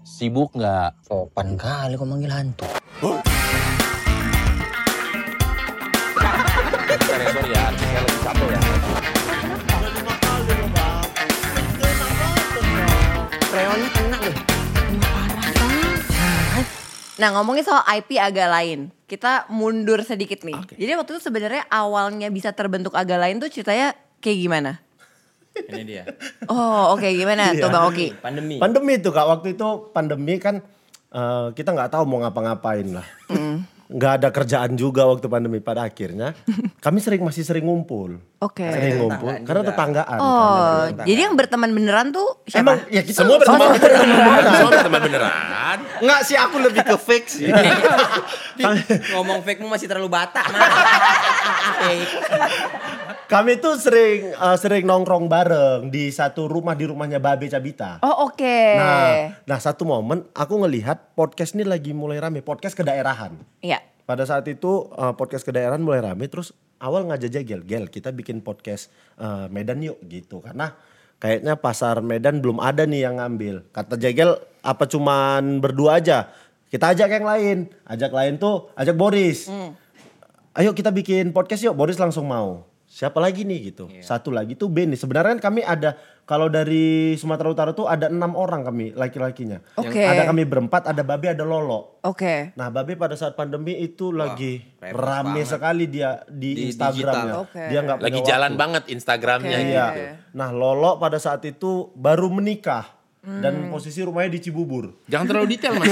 [SPEAKER 7] sibuk nggak? Sopan kali kok manggil hantu.
[SPEAKER 6] Sorry, sorry ya, saya lagi capek ya.
[SPEAKER 4] nah ngomongin soal IP agak lain. Kita mundur sedikit nih. Jadi waktu itu sebenarnya awalnya bisa terbentuk agak lain tuh ceritanya kayak gimana?
[SPEAKER 2] Ini dia.
[SPEAKER 4] Oh, oke gimana tuh Bang Oki?
[SPEAKER 2] Pandemi.
[SPEAKER 1] Pandemi itu kak waktu itu pandemi kan eh, kita nggak tahu mau ngapa-ngapain lah.
[SPEAKER 4] Hmm.
[SPEAKER 1] Nggak ada kerjaan juga waktu pandemi pada akhirnya. Kami sering masih sering ngumpul.
[SPEAKER 4] Oke.
[SPEAKER 1] Sering ngumpul karena tetanggaan.
[SPEAKER 4] Eh, Oh, jadi yang berteman beneran tuh
[SPEAKER 1] kan. Emang
[SPEAKER 4] siapa?
[SPEAKER 1] ya kita
[SPEAKER 6] Semua berteman
[SPEAKER 1] sama- (laughs)
[SPEAKER 6] beneran. Semua berteman beneran.
[SPEAKER 5] Enggak sih aku lebih ke fake sih.
[SPEAKER 2] Ngomong fake mu masih terlalu bata.
[SPEAKER 1] Kami tuh sering eh, sering nongkrong bareng di satu rumah di rumahnya Babe Cabita.
[SPEAKER 4] Oh, oke.
[SPEAKER 1] Nah, nah satu momen aku ngelihat podcast ini lagi mulai rame, podcast kedaerahan.
[SPEAKER 4] Iya.
[SPEAKER 1] Pada saat itu eh, podcast kedaerahan mulai rame terus awal ngajak gel gel kita bikin podcast eh, Medan yuk gitu karena kayaknya pasar Medan belum ada nih yang ngambil. Kata Jegel apa cuman berdua aja? Kita ajak yang lain. Ajak lain tuh ajak Boris. Ayo kita bikin podcast yuk. Boris langsung mau. Siapa lagi nih gitu? Satu lagi tuh Benny. Sebenarnya kan kami ada kalau dari Sumatera Utara tuh ada enam orang kami laki-lakinya.
[SPEAKER 4] Oke.
[SPEAKER 1] Yang- Ada kami berempat, ada Babe, ada Lolo.
[SPEAKER 4] Oke.
[SPEAKER 1] Nah, Babe pada saat pandemi itu lagi
[SPEAKER 2] repot
[SPEAKER 1] rame sekali dia di, Instagramnya.
[SPEAKER 4] digital. Oke.
[SPEAKER 1] Dia nggak
[SPEAKER 6] Lagi
[SPEAKER 1] punya
[SPEAKER 6] jalan
[SPEAKER 1] waktu.
[SPEAKER 6] banget Instagramnya
[SPEAKER 4] Oke.
[SPEAKER 1] Iya.
[SPEAKER 6] gitu.
[SPEAKER 1] Nah, Lolo pada saat itu baru menikah
[SPEAKER 4] Hmm.
[SPEAKER 1] dan posisi rumahnya di Cibubur.
[SPEAKER 3] Jangan terlalu detail
[SPEAKER 1] (laughs)
[SPEAKER 3] mas.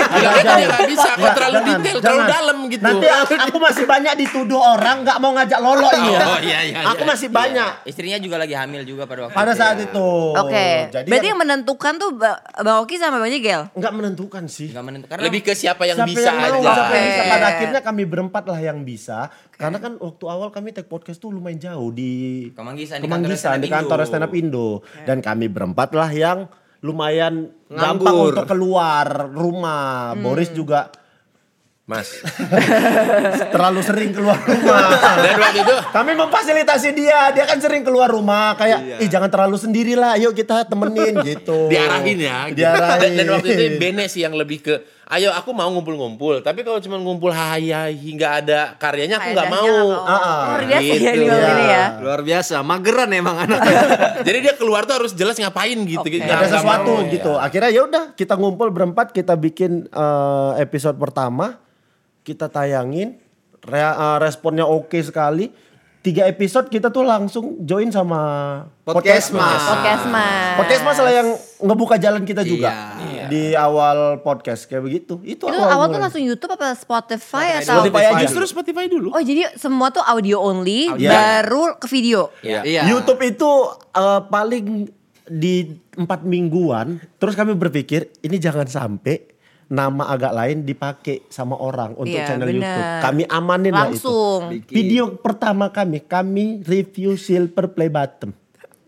[SPEAKER 3] Gak bisa, kalau
[SPEAKER 1] Iya. Nggak,
[SPEAKER 3] terlalu
[SPEAKER 1] jangan,
[SPEAKER 3] detail, terlalu
[SPEAKER 1] jangan.
[SPEAKER 3] dalam gitu.
[SPEAKER 1] Nanti aku, aku masih banyak dituduh orang nggak mau ngajak Lolo ini. ya.
[SPEAKER 3] Oh, iya, iya,
[SPEAKER 1] Aku masih banyak
[SPEAKER 2] Istrinya juga lagi hamil juga pada waktu
[SPEAKER 1] pada
[SPEAKER 2] itu.
[SPEAKER 1] saat itu.
[SPEAKER 4] Oke.
[SPEAKER 1] Jadi
[SPEAKER 4] Berarti
[SPEAKER 1] kan
[SPEAKER 4] yang menentukan tuh Ba- Bang Oki sama Bang Jegel.
[SPEAKER 1] nggak menentukan sih.
[SPEAKER 2] Gak menentu. Karena
[SPEAKER 6] Lebih ke siapa yang
[SPEAKER 1] siapa
[SPEAKER 6] bisa
[SPEAKER 1] yang mau,
[SPEAKER 6] aja.
[SPEAKER 1] siapa yang bisa.
[SPEAKER 4] Oke.
[SPEAKER 1] Pada akhirnya kami berempat lah yang bisa. Karena kan waktu awal kami take podcast tuh lumayan jauh di
[SPEAKER 2] Kemanggisan, di
[SPEAKER 1] Kemanggisan di
[SPEAKER 2] kantornya Stand Up
[SPEAKER 1] kantor
[SPEAKER 2] Indo.
[SPEAKER 1] stand up Indo. Dan kami berempat lah yang lumayan gampang
[SPEAKER 5] Nganggur.
[SPEAKER 1] untuk keluar rumah. Boris juga
[SPEAKER 6] Mas.
[SPEAKER 1] terlalu sering
[SPEAKER 6] (laughs)
[SPEAKER 1] keluar rumah.
[SPEAKER 6] Dan waktu itu
[SPEAKER 1] Kami memfasilitasi dia, dia kan sering keluar rumah
[SPEAKER 6] Iya.
[SPEAKER 1] kayak ih jangan terlalu sendirilah, ayo kita temenin gitu.
[SPEAKER 6] diarahin ya. gitu.
[SPEAKER 1] Diarahin.
[SPEAKER 6] Dan, dan waktu itu Bene sih yang lebih ke ayo aku mau ngumpul-ngumpul, tapi kalau cuma ngumpul hayai nggak ada karyanya aku nggak mau.
[SPEAKER 1] Ah, ah.
[SPEAKER 4] Oh, dia sih ya
[SPEAKER 6] Gitu.
[SPEAKER 4] dia bilang ini ya.
[SPEAKER 5] Luar biasa, mageran emang anak.
[SPEAKER 6] (laughs) Jadi dia keluar tuh harus jelas ngapain gitu.
[SPEAKER 4] Oke. iya.
[SPEAKER 6] Nggak-
[SPEAKER 1] ada
[SPEAKER 6] nggak
[SPEAKER 1] sesuatu
[SPEAKER 6] mau.
[SPEAKER 1] gitu. Akhirnya ya udah kita ngumpul berempat, kita bikin eh, episode pertama, kita tayangin, Re- eh, responnya oke sekali. Tiga episode kita tuh langsung join sama
[SPEAKER 5] Podcast Mas.
[SPEAKER 4] Podcast Mas.
[SPEAKER 1] Podcast masalah yang ngebuka jalan kita juga
[SPEAKER 5] Iya.
[SPEAKER 1] di awal podcast kayak begitu. Itu,
[SPEAKER 4] Itu awal tuh
[SPEAKER 1] mulai.
[SPEAKER 4] langsung YouTube apa Spotify, atau
[SPEAKER 1] Oh, Spotify aja.
[SPEAKER 6] Justru Spotify dulu.
[SPEAKER 4] Oh, jadi semua tuh audio only
[SPEAKER 1] Audio.
[SPEAKER 4] baru ke video.
[SPEAKER 5] Iya.
[SPEAKER 1] YouTube itu eh, paling di empat mingguan. Terus kami berpikir ini jangan sampai nama agak lain dipakai sama orang untuk
[SPEAKER 4] Iya,
[SPEAKER 1] channel
[SPEAKER 4] bener.
[SPEAKER 1] YouTube. Kami amanin lah itu.
[SPEAKER 4] Langsung.
[SPEAKER 1] Video pertama kami, kami review silver play button.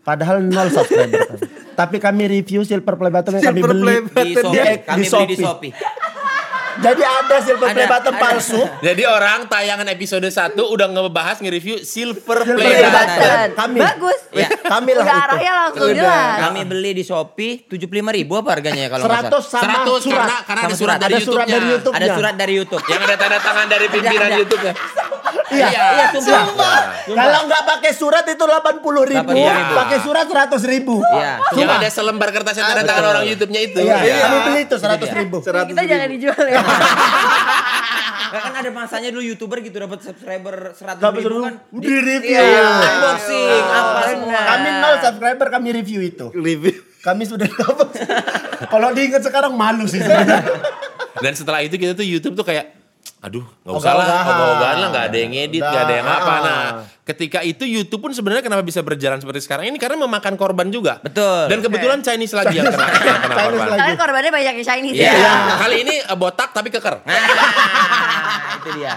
[SPEAKER 1] Padahal nol subscriber.
[SPEAKER 2] (laughs)
[SPEAKER 1] kami. Tapi kami review silver play button yang kami
[SPEAKER 5] Silver
[SPEAKER 1] beli.
[SPEAKER 5] play
[SPEAKER 2] Di Shopee,
[SPEAKER 1] Di- di
[SPEAKER 2] kami beli di
[SPEAKER 1] Shopee.
[SPEAKER 2] Shopee.
[SPEAKER 1] Jadi ada silver play
[SPEAKER 2] Ada,
[SPEAKER 1] button
[SPEAKER 2] ada.
[SPEAKER 1] palsu.
[SPEAKER 6] Jadi orang tayangan episode 1 udah ngebahas nge-review Silver
[SPEAKER 1] Silver
[SPEAKER 6] Play
[SPEAKER 1] play
[SPEAKER 6] Button.
[SPEAKER 1] button. Kami.
[SPEAKER 4] Bagus.
[SPEAKER 2] Iya.
[SPEAKER 1] Kami lah
[SPEAKER 4] Udah
[SPEAKER 1] itu.
[SPEAKER 4] arahnya langsung
[SPEAKER 2] Udah.
[SPEAKER 4] jelas.
[SPEAKER 2] Kami beli di Shopee 75 ribu apa harganya ya kalau nggak salah?
[SPEAKER 1] 100 sama
[SPEAKER 6] 100
[SPEAKER 1] surat.
[SPEAKER 6] karena karena
[SPEAKER 2] Sama
[SPEAKER 6] ada surat
[SPEAKER 2] surat.
[SPEAKER 6] dari
[SPEAKER 1] Ada surat
[SPEAKER 6] YouTube-nya.
[SPEAKER 1] dari YouTube.
[SPEAKER 2] Ada
[SPEAKER 1] YouTube-nya.
[SPEAKER 2] surat dari YouTube.
[SPEAKER 6] Yang ada tanda tangan dari pimpinan
[SPEAKER 2] ada.
[SPEAKER 6] YouTube-nya.
[SPEAKER 1] Iya.
[SPEAKER 2] Iya, sumpah.
[SPEAKER 1] Kalau nggak pakai surat itu 80 ribu,
[SPEAKER 2] 80.000.
[SPEAKER 1] pakai surat 100 ribu.
[SPEAKER 2] Iya,
[SPEAKER 6] Yang
[SPEAKER 2] sumpah.
[SPEAKER 6] ada selembar kertas yang tanda tangan orang YouTube-nya itu.
[SPEAKER 1] Iya,
[SPEAKER 6] Iya.
[SPEAKER 1] kami beli itu 100 ribu.
[SPEAKER 4] Kita jangan dijual ya.
[SPEAKER 2] Nggak, kan ada masanya dulu youtuber gitu dapat subscriber 100
[SPEAKER 1] Kami
[SPEAKER 2] ribu
[SPEAKER 1] suruh
[SPEAKER 2] kan
[SPEAKER 1] di review. Iya.
[SPEAKER 2] Iya, unboxing apa semua.
[SPEAKER 1] Kami nol subscriber, kami review itu.
[SPEAKER 5] Review.
[SPEAKER 1] Kami sudah dapat. Kalau diingat sekarang malu sih sebenarnya.
[SPEAKER 6] Dan setelah itu kita tuh YouTube tuh kayak aduh nggak usah lah
[SPEAKER 1] Ogah-ogahan.
[SPEAKER 6] ogah-ogahan lah nggak ada yang edit nggak ada yang
[SPEAKER 1] Udah.
[SPEAKER 6] apa nah ketika itu YouTube pun sebenarnya kenapa bisa berjalan seperti sekarang ini karena memakan korban juga
[SPEAKER 2] Betul.
[SPEAKER 6] dan kebetulan Chinese lagi yang kena, yang kena
[SPEAKER 1] Chinese
[SPEAKER 6] korban
[SPEAKER 1] lagi.
[SPEAKER 4] Kalian korbannya banyak yang Chinese
[SPEAKER 2] Iya.
[SPEAKER 4] ya.
[SPEAKER 6] kali ini eh, botak tapi keker
[SPEAKER 2] Nah, itu dia.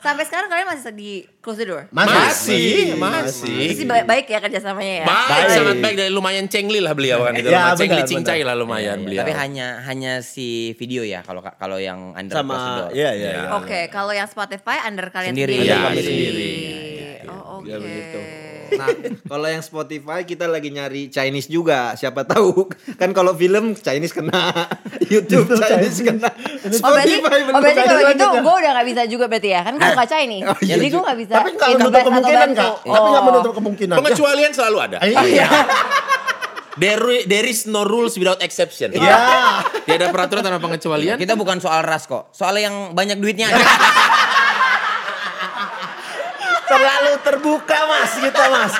[SPEAKER 4] Sampai sekarang kalian masih di close the door.
[SPEAKER 6] masih masih,
[SPEAKER 4] Itu sih baik, baik ya kerjasamanya ya.
[SPEAKER 6] Baik,
[SPEAKER 1] Baik.
[SPEAKER 6] sangat baik dari lumayan cengli lah beliau kan itu.
[SPEAKER 1] Ya,
[SPEAKER 6] lumayan cengli
[SPEAKER 1] benar,
[SPEAKER 6] cincai
[SPEAKER 1] benar.
[SPEAKER 6] lah lumayan beliau.
[SPEAKER 2] Tapi hanya hanya si video ya kalau kalau yang under closed door.
[SPEAKER 5] Sama
[SPEAKER 1] Iya, iya. iya.
[SPEAKER 6] Nah,
[SPEAKER 4] Oke, kalau yang Spotify under kalian
[SPEAKER 2] Sendiri.
[SPEAKER 4] sendiri.
[SPEAKER 2] Iya,
[SPEAKER 6] kami
[SPEAKER 2] sendiri.
[SPEAKER 4] Oh, oke.
[SPEAKER 5] Nah, kalau yang Spotify kita lagi nyari Chinese juga. Siapa tahu kan kalau film Chinese kena, (laughs) YouTube Chinese kena.
[SPEAKER 4] Oh berarti,
[SPEAKER 5] Spotify
[SPEAKER 4] oh, berarti
[SPEAKER 5] belum.
[SPEAKER 4] kalau
[SPEAKER 1] Lanjut,
[SPEAKER 4] gitu
[SPEAKER 1] lanjut.
[SPEAKER 4] gue udah gak bisa juga berarti ya. Kan
[SPEAKER 1] Eh.
[SPEAKER 4] gue gak Chinese. Jadi gue gak bisa.
[SPEAKER 1] Oh, iya Tapi nggak
[SPEAKER 4] itu
[SPEAKER 1] menutup
[SPEAKER 4] bantu-
[SPEAKER 1] kemungkinan
[SPEAKER 4] bantu.
[SPEAKER 1] kak. Tapi nggak
[SPEAKER 4] Oh.
[SPEAKER 1] menutup kemungkinan.
[SPEAKER 6] Pengecualian selalu ada.
[SPEAKER 1] Iya.
[SPEAKER 6] There, there is no rules without exception.
[SPEAKER 1] Iya.
[SPEAKER 6] Tidak ada peraturan tanpa pengecualian.
[SPEAKER 2] Kita bukan soal ras kok. Soal yang banyak duitnya aja.
[SPEAKER 1] Terlalu terbuka mas kita mas.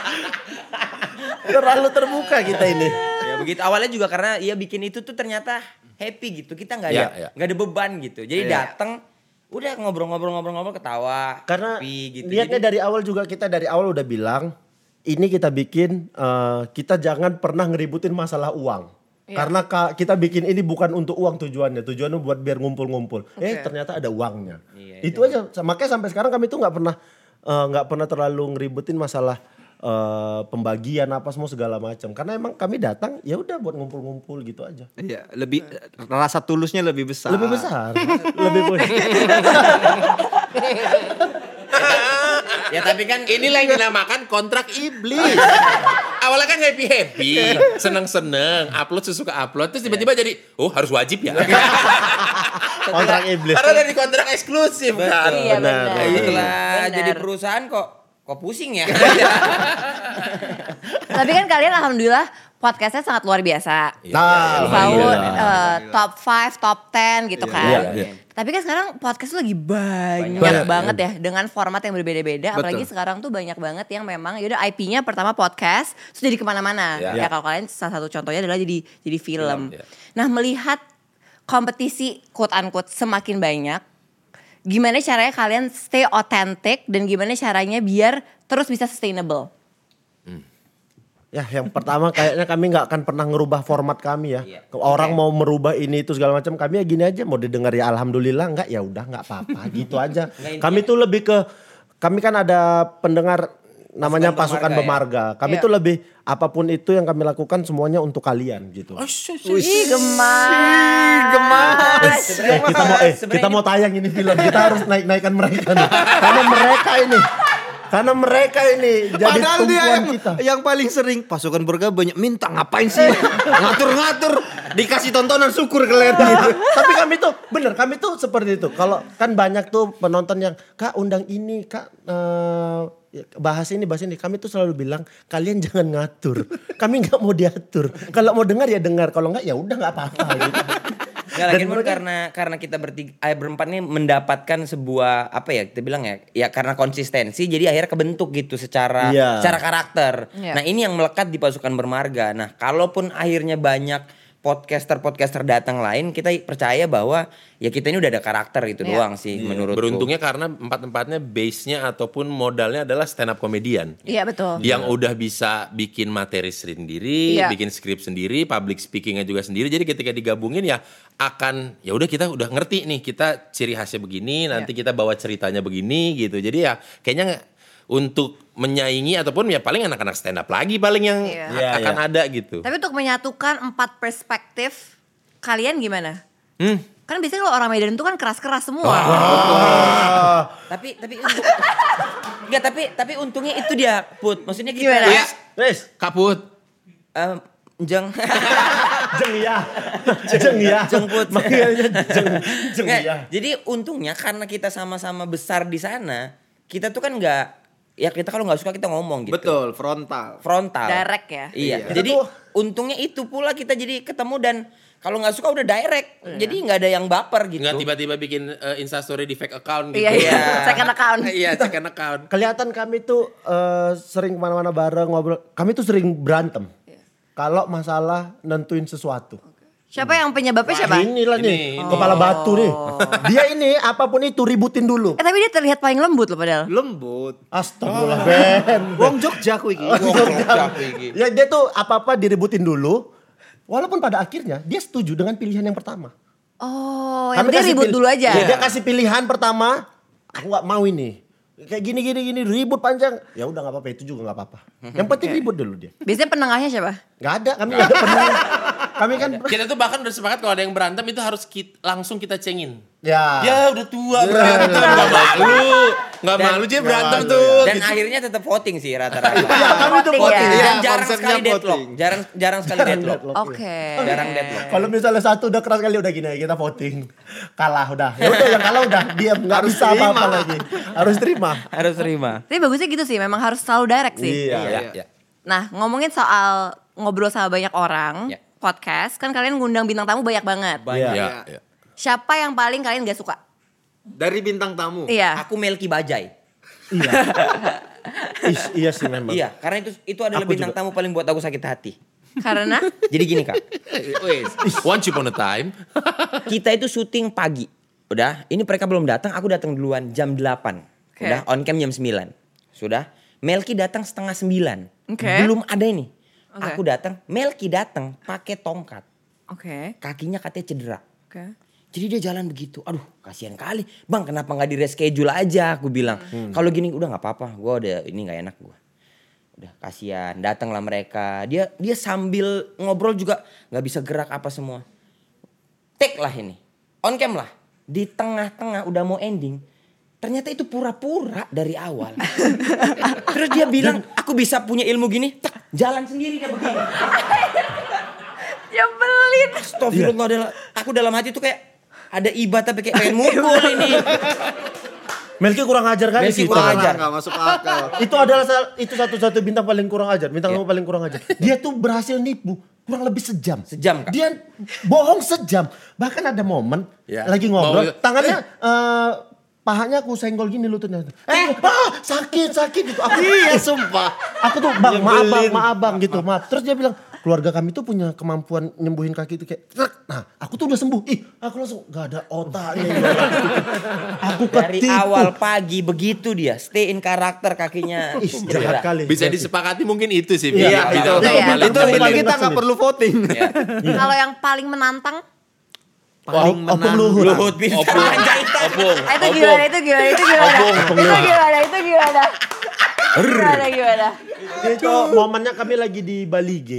[SPEAKER 1] Terlalu terbuka kita ini.
[SPEAKER 2] ya begitu awalnya juga karena ya bikin itu tuh ternyata happy gitu kita nggak ada
[SPEAKER 6] Iya, iya.
[SPEAKER 2] nggak ada beban gitu jadi datang udah ngobrol-ngobrol-ngobrol-ngobrol ketawa
[SPEAKER 1] Karena
[SPEAKER 2] happy gitu
[SPEAKER 1] niatnya
[SPEAKER 2] Jadi-
[SPEAKER 1] dari awal juga kita dari awal udah bilang ini kita bikin eh, kita jangan pernah ngeributin masalah uang. Karena ka- kita bikin ini bukan untuk uang tujuannya, tujuannya buat biar ngumpul-ngumpul. Eh ternyata ada uangnya. itu aja. Sa- Makanya sampai sekarang kami tuh nggak pernah eh, nggak pernah terlalu ngeributin masalah eh, pembagian apa semua segala macam. Karena emang kami datang ya udah buat ngumpul-ngumpul gitu aja.
[SPEAKER 5] Iya, lebih rasa tulusnya lebih besar.
[SPEAKER 1] Lebih besar, lebih besar.
[SPEAKER 2] ya tapi kan
[SPEAKER 6] Inilah yang dinamakan kontrak
[SPEAKER 2] (laughs)
[SPEAKER 6] iblis. Awalnya kan happy happy, seneng seneng, upload sesuka upload, terus tiba-tiba
[SPEAKER 2] Iya.
[SPEAKER 6] jadi, oh harus wajib ya.
[SPEAKER 2] (laughs)
[SPEAKER 1] Kontrak iblis.
[SPEAKER 6] Karena dari kontrak eksklusif kan.
[SPEAKER 4] Iya benar.
[SPEAKER 1] Benar. Iya,
[SPEAKER 2] setelah
[SPEAKER 4] Benar.
[SPEAKER 2] jadi perusahaan kok kok pusing ya
[SPEAKER 4] Tapi kan kalian alhamdulillah podcastnya sangat luar biasa.
[SPEAKER 1] Nah,
[SPEAKER 4] Selalu
[SPEAKER 1] alhamdulillah.
[SPEAKER 4] eh, top 5, top 10 gitu kan.
[SPEAKER 1] Iya, iya.
[SPEAKER 4] Tapi kan sekarang podcast tuh lagi banyak,
[SPEAKER 1] Banyak. Iya.
[SPEAKER 4] banget ya dengan format yang berbeda-beda. Apalagi sekarang tuh banyak banget yang memang yaudah IP-nya pertama podcast, terus jadi kemana-mana.
[SPEAKER 1] Iya.
[SPEAKER 4] Ya kalau kalian salah satu contohnya adalah jadi jadi film. Nah melihat kompetisi quote unquote semakin banyak, gimana caranya kalian stay authentic dan gimana caranya biar terus bisa sustainable?
[SPEAKER 1] Ya, yang pertama kayaknya kami nggak akan pernah ngerubah format kami ya.
[SPEAKER 4] Iya.
[SPEAKER 1] Orang mau merubah ini itu segala macam, kami ya gini aja mau didengar ya alhamdulillah nggak ya udah nggak
[SPEAKER 4] (laughs)
[SPEAKER 1] apa-apa gitu aja. Kami tuh lebih ke kami kan ada pendengar namanya pasukan pemarga. Kami
[SPEAKER 4] Iya.
[SPEAKER 1] tuh lebih apapun itu yang kami lakukan semuanya untuk kalian
[SPEAKER 5] Oh,
[SPEAKER 1] gitu.
[SPEAKER 4] Ih gemas.
[SPEAKER 1] Eh, kita mau eh kita mau tayang ini film, kita harus naik-naikkan mereka nih. Karena mereka ini karena mereka ini jadi
[SPEAKER 5] Padahal dia
[SPEAKER 1] tumpuan
[SPEAKER 5] yang,
[SPEAKER 1] kita.
[SPEAKER 5] yang paling sering pasukan berga banyak minta ngapain sih ngatur-ngatur dikasih tontonan syukur kalian
[SPEAKER 1] (laughs)
[SPEAKER 5] gitu.
[SPEAKER 1] Tapi kami tuh bener kami tuh seperti itu. Kalau kan banyak tuh penonton yang kak undang ini kak eh, bahas ini bahas ini. Kami tuh selalu bilang kalian jangan ngatur. Kami nggak mau diatur. Kalau mau dengar ya dengar. Kalau nggak ya udah nggak apa-apa. Gitu.
[SPEAKER 2] Nggak lagi pun karena karena kita bertiga eh, berempat ini mendapatkan sebuah apa ya kita bilang ya ya karena konsistensi jadi akhirnya kebentuk gitu secara
[SPEAKER 1] Iya.
[SPEAKER 2] secara karakter.
[SPEAKER 4] Iya.
[SPEAKER 2] Nah, ini yang melekat di pasukan bermarga. Nah, kalaupun akhirnya banyak podcaster-podcaster datang lain kita percaya bahwa ya kita ini udah ada karakter itu
[SPEAKER 4] Iya.
[SPEAKER 2] doang sih menurut
[SPEAKER 6] Beruntungnya karena empat-empatnya base-nya ataupun modalnya adalah stand up komedian.
[SPEAKER 4] Iya betul.
[SPEAKER 6] Yang udah bisa bikin materi sendiri,
[SPEAKER 4] Iya.
[SPEAKER 6] bikin skrip sendiri, public speakingnya juga sendiri. Jadi ketika digabungin ya akan ya udah kita udah ngerti nih kita ciri khasnya begini,
[SPEAKER 4] Iya.
[SPEAKER 6] nanti kita bawa ceritanya begini gitu. Jadi ya kayaknya untuk menyaingi ataupun ya paling anak-anak stand up lagi paling yang
[SPEAKER 4] Iya.
[SPEAKER 6] a-
[SPEAKER 1] Iya,
[SPEAKER 6] akan
[SPEAKER 1] iya.
[SPEAKER 6] ada gitu.
[SPEAKER 4] Tapi untuk menyatukan empat perspektif kalian gimana?
[SPEAKER 6] Hmm.
[SPEAKER 4] Kan biasanya kalau orang Medan itu kan keras-keras semua.
[SPEAKER 2] tapi tapi untuk- (laughs) Nggak, tapi tapi untungnya itu dia put maksudnya kita
[SPEAKER 4] Gimana?
[SPEAKER 2] Iya.
[SPEAKER 1] Wes,
[SPEAKER 3] Kaput.
[SPEAKER 2] Em, jeng (laughs)
[SPEAKER 1] jeng ya. Jeng ya.
[SPEAKER 2] Jengkut.
[SPEAKER 1] Makanya jeng
[SPEAKER 2] (laughs)
[SPEAKER 1] jeng
[SPEAKER 2] Nggak,
[SPEAKER 1] ya.
[SPEAKER 2] Jadi untungnya karena kita sama-sama besar di sana, kita tuh kan nggak ya kita kalau nggak suka kita ngomong gitu.
[SPEAKER 5] Betul, frontal.
[SPEAKER 2] Frontal.
[SPEAKER 4] Direct ya?
[SPEAKER 2] Iya.
[SPEAKER 5] Iya.
[SPEAKER 2] Jadi
[SPEAKER 1] Kita tuh-
[SPEAKER 2] untungnya itu pula kita jadi ketemu dan kalau nggak suka udah direct.
[SPEAKER 4] Oh, iya.
[SPEAKER 2] Jadi nggak ada yang baper gitu.
[SPEAKER 6] Nggak tiba-tiba bikin eh, instastory di fake account gitu.
[SPEAKER 4] Iya, iya. Second account.
[SPEAKER 6] (laughs) Iya, second account.
[SPEAKER 1] Kelihatan kami tuh eh, sering kemana-mana bareng ngobrol. Kami tuh sering berantem. Kalau masalah nentuin sesuatu.
[SPEAKER 4] Siapa yang penyebabnya siapa?
[SPEAKER 1] Ini lah nih,
[SPEAKER 6] Ini,
[SPEAKER 1] kepala
[SPEAKER 5] Oh.
[SPEAKER 1] batu nih. Dia ini apapun itu ributin dulu.
[SPEAKER 4] Eh tapi dia terlihat paling lembut loh padahal.
[SPEAKER 5] Lembut.
[SPEAKER 1] Astagfirullah, Ben.
[SPEAKER 5] (laughs) Wong Jogja ku iki. Wong Jogja ku iki.
[SPEAKER 1] Ya dia tuh apa-apa diributin dulu. Walaupun pada akhirnya dia setuju dengan pilihan yang pertama.
[SPEAKER 4] Oh, yang
[SPEAKER 1] Kami
[SPEAKER 4] penting
[SPEAKER 1] kasih
[SPEAKER 4] ribut
[SPEAKER 1] pil-
[SPEAKER 4] dulu aja.
[SPEAKER 1] Iya, Dia kasih pilihan pertama, aku gak mau ini. Kayak gini gini gini ribut panjang. Ya udah nggak apa-apa itu juga nggak apa-apa. Yang
[SPEAKER 5] (laughs)
[SPEAKER 1] penting ribut dulu dia.
[SPEAKER 4] Biasanya penengahnya siapa?
[SPEAKER 1] Nggak ada kami nggak ada pernah. Kami kan
[SPEAKER 5] Ya.
[SPEAKER 6] Kita tuh bahkan udah sepakat kalau ada yang berantem itu harus kit- langsung kita cengin.
[SPEAKER 1] ya.
[SPEAKER 6] Ya udah tua
[SPEAKER 1] Ya,
[SPEAKER 6] berantem
[SPEAKER 1] udah
[SPEAKER 6] nggak malu, nggak malu dia berantem
[SPEAKER 1] malu,
[SPEAKER 6] tuh.
[SPEAKER 2] Dan
[SPEAKER 3] gitu.
[SPEAKER 2] akhirnya tetap voting sih rata-rata.
[SPEAKER 1] Ya, kami tuh
[SPEAKER 4] Voting
[SPEAKER 1] voting.
[SPEAKER 4] ya.
[SPEAKER 5] Iya,
[SPEAKER 2] Dan jarang
[SPEAKER 5] konsepnya
[SPEAKER 2] sekali deadlock.
[SPEAKER 5] voting.
[SPEAKER 2] Jarang jarang sekali deadlock.
[SPEAKER 1] Deadlock, ya.
[SPEAKER 4] Oke.
[SPEAKER 2] Eh, Jarang deadlock.
[SPEAKER 1] Kalau misalnya satu udah keras kali udah gini aja, kita voting. Kalah udah. Ya udah yang kalah udah diam nggak bisa apa-apa lagi. Harus terima.
[SPEAKER 2] Harus terima.
[SPEAKER 4] Tapi bagusnya gitu sih, memang harus selalu direct sih.
[SPEAKER 1] Iya.
[SPEAKER 4] Nah, ngomongin soal ngobrol sama banyak orang,
[SPEAKER 2] Iya.
[SPEAKER 4] podcast, kan kalian ngundang bintang tamu banyak banget.
[SPEAKER 1] Iya.
[SPEAKER 6] Ya, ya.
[SPEAKER 4] Siapa yang paling kalian gak suka?
[SPEAKER 5] Dari bintang tamu.
[SPEAKER 4] Iya.
[SPEAKER 2] Aku Melki Bajai.
[SPEAKER 1] Iya. Ih, iya sih memang.
[SPEAKER 2] Iya, karena itu itu adalah
[SPEAKER 1] Aku
[SPEAKER 2] bintang tamu paling buat aku sakit hati.
[SPEAKER 4] Karena
[SPEAKER 2] Jadi gini kak,
[SPEAKER 6] Wes, Once upon a
[SPEAKER 3] (laughs)
[SPEAKER 6] time.
[SPEAKER 2] kita itu syuting pagi. Udah, ini mereka belum datang, aku datang duluan jam 8.
[SPEAKER 4] Oke.
[SPEAKER 2] Udah, on cam jam 9. Sudah, Melki datang setengah 9.
[SPEAKER 4] Oke.
[SPEAKER 2] Belum ada ini.
[SPEAKER 4] Oke.
[SPEAKER 2] Aku datang, Melki datang pakai tongkat.
[SPEAKER 4] Oke.
[SPEAKER 2] Kakinya katanya cedera.
[SPEAKER 4] Oke.
[SPEAKER 2] Jadi dia jalan begitu. Aduh, kasihan kali. Bang, kenapa nggak di reschedule aja? Aku bilang. Kalau gini udah nggak apa-apa. Gua udah ini nggak enak gua. Udah kasihan. Datanglah mereka. Dia dia sambil ngobrol juga nggak bisa gerak apa semua. Take lah ini. On cam lah. Di tengah-tengah udah mau ending. Ternyata itu pura-pura dari awal. Terus dia bilang, aku bisa punya ilmu gini. Tek, jalan sendiri dia begini.
[SPEAKER 4] Ya Nyebelin.
[SPEAKER 2] Astagfirullah dalam- aku dalam hati tuh kayak ada iba tapi kayak pengen mukul ini.
[SPEAKER 1] Melki kurang ajar kali
[SPEAKER 2] Melki
[SPEAKER 1] sih.
[SPEAKER 2] kurang
[SPEAKER 1] Tom.
[SPEAKER 2] ajar.
[SPEAKER 5] Parah nggak masuk akal.
[SPEAKER 1] Itu adalah sal- itu satu-satu bintang paling kurang ajar, bintang
[SPEAKER 2] Iya.
[SPEAKER 1] tamu paling kurang ajar. Dia tuh berhasil nipu kurang lebih sejam.
[SPEAKER 2] Sejam, Kak.
[SPEAKER 1] Dia bohong sejam. Bahkan ada momen
[SPEAKER 6] Ya.
[SPEAKER 1] lagi ngobrol,
[SPEAKER 6] Mau-
[SPEAKER 1] tangannya Iya. eh, pahanya aku senggol gini lututnya. Eh, ah, sakit, sakit gitu. Aku, iya, sumpah. Aku tuh, bang, maaf bang, maaf bang gitu. Maaf. Terus dia bilang, keluarga kami tuh punya kemampuan nyembuhin kaki itu kayak, "Trek." nah aku tuh udah sembuh. Ih, aku langsung, gak ada (laughs) otaknya. aku
[SPEAKER 2] Dari
[SPEAKER 1] ketipu.
[SPEAKER 2] awal pagi begitu dia stay in karakter kakinya.
[SPEAKER 1] (laughs)
[SPEAKER 2] Gitu.
[SPEAKER 1] Ih, jahat kan. kali.
[SPEAKER 6] Bisa disepakati mungkin itu sih. Vin.
[SPEAKER 5] Iya, itu.
[SPEAKER 6] Kalau
[SPEAKER 4] Iya.
[SPEAKER 6] paling-
[SPEAKER 5] Itu
[SPEAKER 1] paling
[SPEAKER 5] kita
[SPEAKER 1] enak
[SPEAKER 5] nggak
[SPEAKER 1] sih.
[SPEAKER 5] perlu voting.
[SPEAKER 1] Iya.
[SPEAKER 4] Kalau yang paling menantang,
[SPEAKER 5] Paling
[SPEAKER 1] Opung
[SPEAKER 5] menang.
[SPEAKER 1] Luhut.
[SPEAKER 2] Luhut bin Sarpanjaitan.
[SPEAKER 6] Opung,
[SPEAKER 4] Ah, itu
[SPEAKER 6] opung.
[SPEAKER 4] gimana, itu gimana, itu gimana,
[SPEAKER 1] Opung, opung
[SPEAKER 4] itu
[SPEAKER 1] doang.
[SPEAKER 4] gimana, itu gimana. Gimana, gimana.
[SPEAKER 1] Itu momennya kami lagi di Bali G.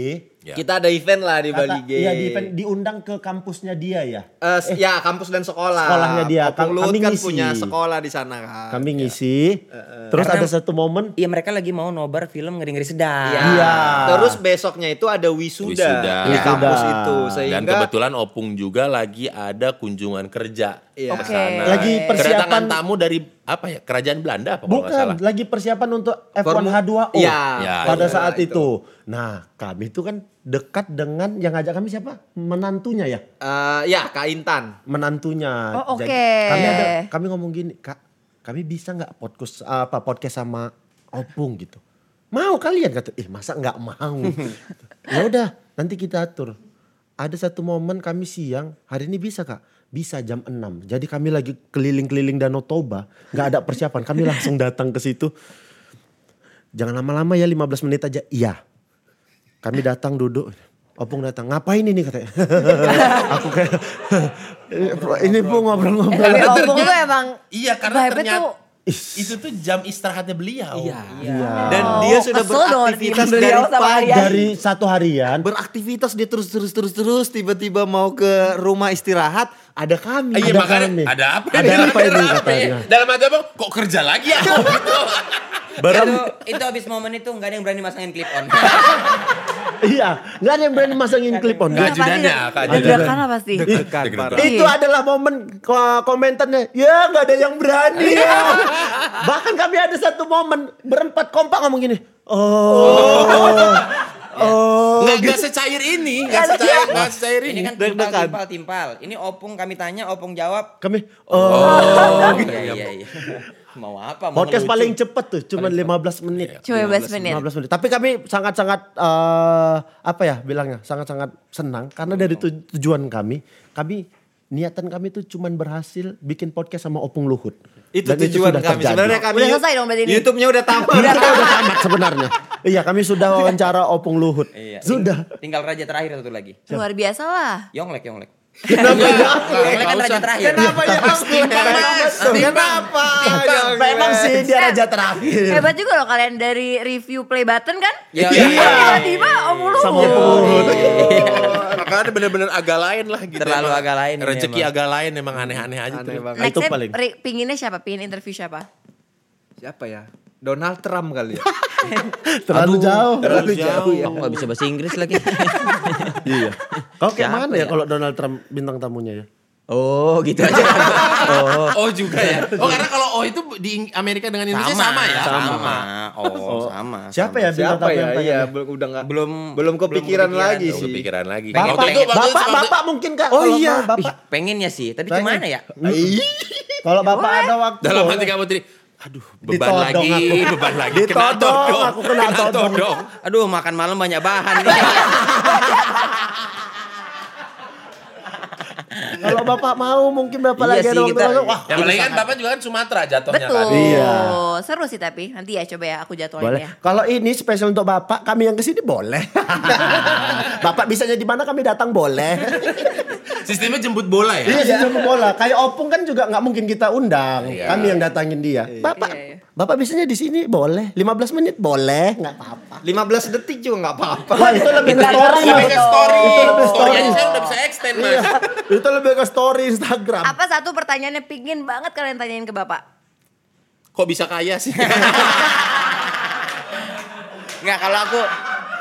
[SPEAKER 5] Kita ada event lah di Bali
[SPEAKER 1] Kata-
[SPEAKER 5] G.
[SPEAKER 1] Iya, di, event- diundang ke kampusnya dia ya.
[SPEAKER 5] Eh, s- ya kampus dan sekolah.
[SPEAKER 1] Sekolahnya dia, kami
[SPEAKER 5] Opung Luhut kan
[SPEAKER 1] ngisi.
[SPEAKER 5] punya sekolah di sana kan.
[SPEAKER 1] Kami ngisi. Terus
[SPEAKER 2] Karena-
[SPEAKER 1] ada satu momen
[SPEAKER 2] Iya mereka lagi mau nobar film ngeri-ngeri sedap.
[SPEAKER 5] Iya.
[SPEAKER 1] Iya.
[SPEAKER 5] Terus besoknya itu ada wisuda,
[SPEAKER 6] Wisuda.
[SPEAKER 5] di
[SPEAKER 6] Wisuda.
[SPEAKER 5] kampus itu sehingga
[SPEAKER 6] Dan kebetulan Opung juga lagi ada kunjungan kerja
[SPEAKER 5] Iya.
[SPEAKER 6] ke
[SPEAKER 4] Oke.
[SPEAKER 6] sana.
[SPEAKER 1] Lagi
[SPEAKER 6] Kedatangan
[SPEAKER 1] persiapan-
[SPEAKER 6] tamu dari apa ya? Kerajaan Belanda apa kalau nggak
[SPEAKER 1] bukan
[SPEAKER 6] salah?
[SPEAKER 1] lagi persiapan untuk
[SPEAKER 5] Formu-
[SPEAKER 1] F1H2O.
[SPEAKER 5] Iya.
[SPEAKER 6] Iya,
[SPEAKER 1] Oh, Pada
[SPEAKER 6] iya,
[SPEAKER 1] saat itu. Nah, kami itu kan dekat dengan yang ngajak kami siapa? Menantunya ya.
[SPEAKER 5] Eh, ya Kak Intan.
[SPEAKER 1] Menantunya.
[SPEAKER 4] Oh, oke.
[SPEAKER 1] Jadi, Kami ada kami ngomong gini, "Kak, kami bisa nggak podcast apa podcast sama Opung gitu?"
[SPEAKER 4] (laughs)
[SPEAKER 1] Mau kalian kata, "Ih, masa nggak mau?" ya udah, nanti kita atur. ada satu momen kami siang, hari ini bisa kak? Bisa jam 6. Jadi kami lagi keliling-keliling Danau Toba, nggak ada persiapan. Kami langsung datang ke situ. Jangan lama-lama ya 15 menit aja. Iya. Kami datang duduk. Opung datang, ngapain ini katanya. (laughs) Aku kayak, (laughs) ini pun
[SPEAKER 4] Eh,
[SPEAKER 1] ngobrol-ngobrol.
[SPEAKER 4] tapi
[SPEAKER 3] Karena ternyata-
[SPEAKER 4] Opung tuh emang
[SPEAKER 3] Iya karena
[SPEAKER 6] ya,
[SPEAKER 4] vibe-nya
[SPEAKER 3] ternyata
[SPEAKER 4] tuh-
[SPEAKER 3] itu tuh jam istirahatnya beliau.
[SPEAKER 6] Iya.
[SPEAKER 5] Dan dia sudah
[SPEAKER 4] kesel dong
[SPEAKER 5] beraktivitas
[SPEAKER 4] diri
[SPEAKER 5] dari
[SPEAKER 4] beliau sama
[SPEAKER 5] pagi.
[SPEAKER 4] Aryan.
[SPEAKER 1] Dari satu harian,
[SPEAKER 5] Beraktivitas dia terus terus terus terus tiba-tiba mau ke rumah istirahat ada kami.
[SPEAKER 3] Iya
[SPEAKER 1] Ada
[SPEAKER 3] makanya
[SPEAKER 1] kami.
[SPEAKER 3] ada apa?
[SPEAKER 1] Ada
[SPEAKER 3] ini?
[SPEAKER 1] apa ini,
[SPEAKER 3] Rame.
[SPEAKER 1] katanya.
[SPEAKER 3] Dalam hati abang kok kerja lagi
[SPEAKER 6] (laughs)
[SPEAKER 3] ya? Gitu.
[SPEAKER 2] Itu, itu abis momen itu nggak ada yang berani masangin clip
[SPEAKER 1] (laughs)
[SPEAKER 2] on.
[SPEAKER 1] iya, nggak ada yang berani masangin clip on.
[SPEAKER 3] Nggak, ajudannya, Kak
[SPEAKER 4] pasti.
[SPEAKER 3] ajudan.
[SPEAKER 4] Deg-degan lah pasti.
[SPEAKER 5] Deg-degan,
[SPEAKER 3] Deg-degan.
[SPEAKER 5] parah.
[SPEAKER 1] Itu
[SPEAKER 4] Iya.
[SPEAKER 1] adalah momen ko- komentarnya. Ya nggak ada yang berani ya. Bahkan kami ada satu momen berempat kompak ngomong gini. Oh. Oh.
[SPEAKER 3] Nggak nggak secair ini, nggak secair, nggak secair ini.
[SPEAKER 2] Ini kan timpal,
[SPEAKER 5] Deg-degan.
[SPEAKER 2] timpal, timpal. Ini opung kami tanya, opung jawab.
[SPEAKER 1] Kami oh.
[SPEAKER 2] Oh, iya, iya, iya. Mau apa? Mau
[SPEAKER 1] Podcast
[SPEAKER 2] ngelucu.
[SPEAKER 1] paling cepat tuh cuma 15 menit.
[SPEAKER 4] Cuma 15 menit.
[SPEAKER 1] 15 menit. Tapi kami sangat-sangat eh, apa ya bilangnya? Sangat-sangat senang karena dari tu- tujuan kami, kami niatan kami tuh cuman berhasil bikin podcast sama Opung Luhut. Dan
[SPEAKER 5] Itu tujuan
[SPEAKER 1] sudah
[SPEAKER 5] kami.
[SPEAKER 1] terjadi.
[SPEAKER 5] Sebenarnya kan- kami
[SPEAKER 4] Udah selesai ya? dong berarti ini?
[SPEAKER 5] YouTube-nya udah tamat.
[SPEAKER 1] Kita
[SPEAKER 2] Iya.
[SPEAKER 1] udah tamat sebenarnya. Iya, kami sudah wawancara Opung Luhut.
[SPEAKER 2] Iya.
[SPEAKER 1] Sudah.
[SPEAKER 2] Tinggal raja terakhir satu lagi.
[SPEAKER 4] Luar biasa lah.
[SPEAKER 2] Yonglek, Yonglek.
[SPEAKER 1] Kenapa ya?
[SPEAKER 2] Yonglek kan raja terakhir.
[SPEAKER 5] Kenapa ya? Kenapa?
[SPEAKER 1] Memang sih dia raja terakhir.
[SPEAKER 4] Hebat juga loh kalian dari review play button kan?
[SPEAKER 2] Iya.
[SPEAKER 4] Tiba-tiba oh, Om Luhut.
[SPEAKER 1] Sama Om Luhut.
[SPEAKER 3] Oh,
[SPEAKER 6] Makanya bener-bener agak lain lah gitu.
[SPEAKER 2] Terlalu
[SPEAKER 6] emang.
[SPEAKER 2] agak lain ini
[SPEAKER 6] Rezeki
[SPEAKER 2] emang.
[SPEAKER 6] agak lain emang aneh-aneh aja
[SPEAKER 5] Aneh
[SPEAKER 6] tuh.
[SPEAKER 5] banget.
[SPEAKER 4] Next
[SPEAKER 1] Itu
[SPEAKER 4] step,
[SPEAKER 1] paling.
[SPEAKER 4] ri- pinginnya siapa? Pingin interview siapa?
[SPEAKER 5] Siapa ya? Donald Trump kali ya.
[SPEAKER 1] Terlalu jauh.
[SPEAKER 5] Terlalu jauh ya.
[SPEAKER 2] Aku nggak bisa bahasa Inggris lagi.
[SPEAKER 1] Iya. Kau kayak
[SPEAKER 2] Siapa
[SPEAKER 1] mana ya
[SPEAKER 2] ya?
[SPEAKER 1] kalau Donald Trump bintang tamunya ya?
[SPEAKER 2] oh, gitu aja.
[SPEAKER 3] Oh, juga (laughs) ya. Oh karena kalau oh itu di Amerika dengan Indonesia sama, ya.
[SPEAKER 2] Sama. Oh, sama.
[SPEAKER 1] Siapa ya bintang
[SPEAKER 5] Siapa
[SPEAKER 1] tamu
[SPEAKER 5] ya?
[SPEAKER 1] yang
[SPEAKER 5] Iya,
[SPEAKER 1] tanya?
[SPEAKER 5] belum udah nggak
[SPEAKER 2] Belum
[SPEAKER 5] belum kepikiran lagi
[SPEAKER 3] Gak
[SPEAKER 5] sih.
[SPEAKER 3] kepikiran lagi.
[SPEAKER 1] iya Bapak,
[SPEAKER 3] Waktu itu- waktu itu-
[SPEAKER 1] bapak,
[SPEAKER 3] waktu-
[SPEAKER 1] bapak mungkin kak.
[SPEAKER 5] Oh
[SPEAKER 1] Kalau
[SPEAKER 5] iya.
[SPEAKER 1] mau
[SPEAKER 2] Ih,
[SPEAKER 1] bapak.
[SPEAKER 2] pengennya sih, tapi
[SPEAKER 1] Pengen.
[SPEAKER 2] gimana ya?
[SPEAKER 5] Ih,
[SPEAKER 1] Kalau bapak ada waktu.
[SPEAKER 3] Dalam hati kamu tadi, aduh beban
[SPEAKER 1] Ditodong
[SPEAKER 3] lagi,
[SPEAKER 1] aku.
[SPEAKER 3] (laughs) beban lagi.
[SPEAKER 1] Ditodong, aku kena todong.
[SPEAKER 2] Aduh, makan malam banyak
[SPEAKER 1] (laughs)
[SPEAKER 2] bahan.
[SPEAKER 1] Kalau bapak mau mungkin bapak lagi
[SPEAKER 2] Iya sih,
[SPEAKER 1] ada waktu.
[SPEAKER 2] kita-
[SPEAKER 1] luang. Wah,
[SPEAKER 3] Yang paling kan bapak juga kan Sumatera jatuhnya
[SPEAKER 4] Betul.
[SPEAKER 3] kan.
[SPEAKER 1] Iya.
[SPEAKER 4] Seru sih tapi. Nanti ya coba ya aku jadwalin
[SPEAKER 1] boleh.
[SPEAKER 4] ya.
[SPEAKER 1] Kalau ini spesial untuk bapak, kami yang kesini boleh. bapak bisanya di mana kami datang boleh.
[SPEAKER 3] Sistemnya jemput bola ya.
[SPEAKER 1] Iya sistem bola. Kayak Opung kan juga nggak mungkin kita undang. Kami yang datangin dia. Bapak,
[SPEAKER 4] Iya, iya.
[SPEAKER 1] bapak biasanya di sini boleh. 15 menit boleh, nggak apa-apa.
[SPEAKER 5] 15 detik juga nggak apa-apa.
[SPEAKER 1] Wah itu lebih ke story.
[SPEAKER 3] Lebih ke story.
[SPEAKER 1] Itu lebih
[SPEAKER 2] Oh,
[SPEAKER 3] Story
[SPEAKER 1] story.
[SPEAKER 2] iya,
[SPEAKER 3] aja saya udah bisa extend
[SPEAKER 1] Iya.
[SPEAKER 3] mas.
[SPEAKER 1] Itu lebih ke story Instagram.
[SPEAKER 4] Apa satu pertanyaan yang pingin banget kalian tanyain ke bapak?
[SPEAKER 3] Kok bisa kaya sih?
[SPEAKER 2] Enggak kalau aku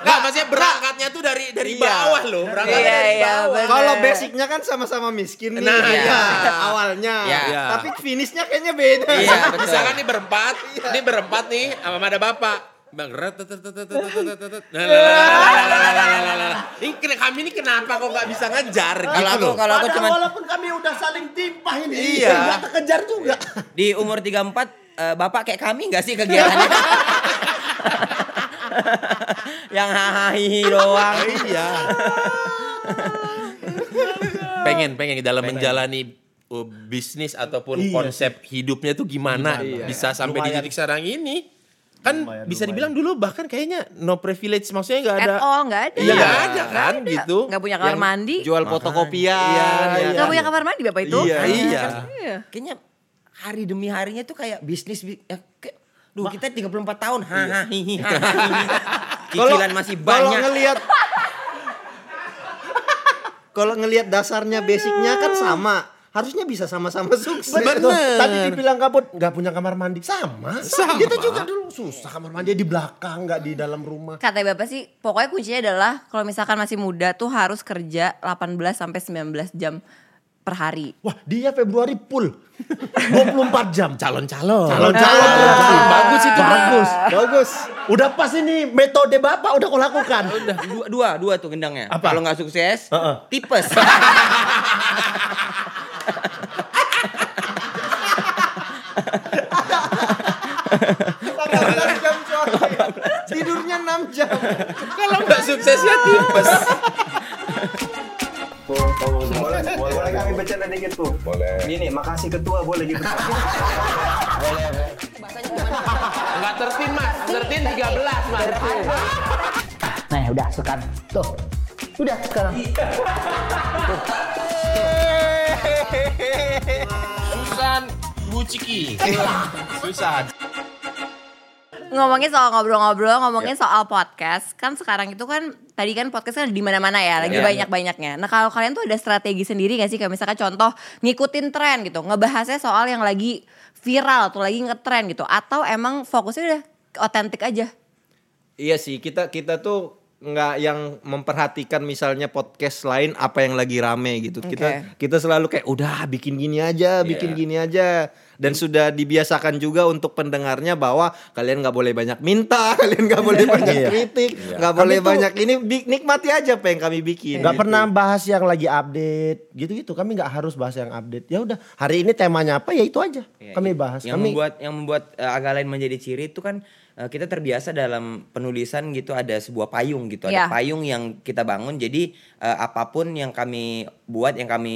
[SPEAKER 3] Enggak, maksudnya berangkatnya tuh dari dari
[SPEAKER 5] Iya.
[SPEAKER 3] bawah loh. Berangkatnya
[SPEAKER 2] Iya,
[SPEAKER 3] dari
[SPEAKER 2] iya,
[SPEAKER 3] bawah.
[SPEAKER 2] bener.
[SPEAKER 5] Kalau basicnya kan sama-sama miskin nih.
[SPEAKER 3] Nah,
[SPEAKER 2] iya.
[SPEAKER 5] Awalnya.
[SPEAKER 2] Iya.
[SPEAKER 5] Tapi finishnya kayaknya beda.
[SPEAKER 2] Iya, betul.
[SPEAKER 3] Misalkan nih berempat, ini berempat nih sama ada bapak. Bang Rat, tet, tet, tet, tet, tet, tet, tet, tet. Nah, lah, lah, lah, lah, lah, lah, lah, lah. nah, Ini kena- kami ini kenapa kok nggak bisa ngejar
[SPEAKER 2] kalau
[SPEAKER 3] gitu
[SPEAKER 2] aku
[SPEAKER 3] loh.
[SPEAKER 2] kalau aku
[SPEAKER 1] Padahal
[SPEAKER 2] cuman
[SPEAKER 1] walaupun kami udah saling timpah ini.
[SPEAKER 5] Iya.
[SPEAKER 1] (laughs) nggak terkejar juga.
[SPEAKER 2] di umur 34 eh, bapak kayak kami nggak sih
[SPEAKER 1] (laughs)
[SPEAKER 2] kegiatannya? (laughs) yang hahahi doang.
[SPEAKER 3] Iya. pengen pengen dalam menjalani uh, bisnis ataupun
[SPEAKER 1] Iya
[SPEAKER 3] konsep hidupnya tuh gimana bisa sampai di titik sekarang ini kan bisa dibilang dulu bahkan kayaknya no privilege maksudnya nggak ada
[SPEAKER 4] At all nggak ada.
[SPEAKER 3] Iya, nggak ada kan,
[SPEAKER 4] Nggak ada.
[SPEAKER 3] gitu.
[SPEAKER 4] Nggak punya kamar mandi.
[SPEAKER 5] Jual fotokopian. ya
[SPEAKER 4] Nggak
[SPEAKER 5] kan?
[SPEAKER 4] punya kamar mandi bapak itu?
[SPEAKER 5] Iya.
[SPEAKER 3] Iya.
[SPEAKER 4] Iya.
[SPEAKER 2] Kayaknya hari demi harinya tuh kayak bisnis bi- ya, kayak- Duh, kita 34 tahun. Hahaha.
[SPEAKER 5] Iya. (laughs) Kalau-
[SPEAKER 2] Cicilan masih
[SPEAKER 5] Kalau
[SPEAKER 2] banyak.
[SPEAKER 5] ngelihat Kalau ngelihat dasarnya
[SPEAKER 1] Iya
[SPEAKER 5] basicnya kan sama. Harusnya bisa sama-sama sukses.
[SPEAKER 1] Betul. Tadi dibilang kabut nggak punya kamar mandi sama.
[SPEAKER 3] Sama.
[SPEAKER 1] Kita juga dulu susah kamar mandi di belakang nggak di dalam rumah.
[SPEAKER 4] Kata Bapak sih, pokoknya kuncinya adalah kalau misalkan masih muda tuh harus kerja 18 sampai 19 jam per hari.
[SPEAKER 1] Wah dia Februari full 24 jam.
[SPEAKER 3] calon-calon
[SPEAKER 1] Calon-calon.
[SPEAKER 3] bagus itu
[SPEAKER 1] Bagus.
[SPEAKER 5] Bagus.
[SPEAKER 1] Udah pas ini metode bapak udah kau lakukan.
[SPEAKER 2] Udah dua, dua, dua tuh gendangnya.
[SPEAKER 1] Apa?
[SPEAKER 2] Kalau nggak sukses,
[SPEAKER 1] Heeh.
[SPEAKER 5] (laughs)
[SPEAKER 2] tipes.
[SPEAKER 5] jam sore. Tidurnya 6 jam.
[SPEAKER 3] kalau nggak sukses ya tipes
[SPEAKER 8] Boleh kami bercanda dikit Bu? Boleh. Gini, makasih ketua boleh gitu.
[SPEAKER 3] Enggak tertin mas, tertin 13 mas.
[SPEAKER 7] Nah, udah sekarang. Tuh. Udah sekarang.
[SPEAKER 3] Susan Buciki. Susan.
[SPEAKER 4] Ngomongin soal ngobrol-ngobrol, ngomongin soal podcast. Kan sekarang itu kan tadi kan podcast kan di mana-mana ya, lagi banyak-banyaknya. Nah, kalau kalian tuh ada strategi sendiri gak sih kayak misalkan contoh ngikutin tren gitu, ngebahasnya soal yang lagi viral atau lagi ngetren gitu atau emang fokusnya udah otentik aja?
[SPEAKER 5] Iya sih, kita kita tuh nggak yang memperhatikan misalnya podcast lain apa yang lagi rame gitu. Kita kita selalu kayak udah bikin gini aja, bikin gini aja. Dan sudah dibiasakan juga untuk pendengarnya bahwa kalian nggak boleh banyak minta, (laughs) kalian nggak boleh banyak kritik, nggak boleh banyak ini bi- nikmati aja apa yang kami bikin.
[SPEAKER 1] Gak
[SPEAKER 5] gitu.
[SPEAKER 1] pernah bahas yang lagi update gitu-gitu. Kami nggak harus bahas yang update. Ya udah, hari ini temanya apa ya itu aja. Kami bahas.
[SPEAKER 2] Iya, Yang
[SPEAKER 1] kami
[SPEAKER 2] membuat yang membuat eh, agak lain menjadi ciri itu kan eh, kita terbiasa dalam penulisan gitu ada sebuah payung gitu,
[SPEAKER 4] Ya.
[SPEAKER 2] ada payung yang kita bangun. Jadi eh, apapun yang kami buat, yang kami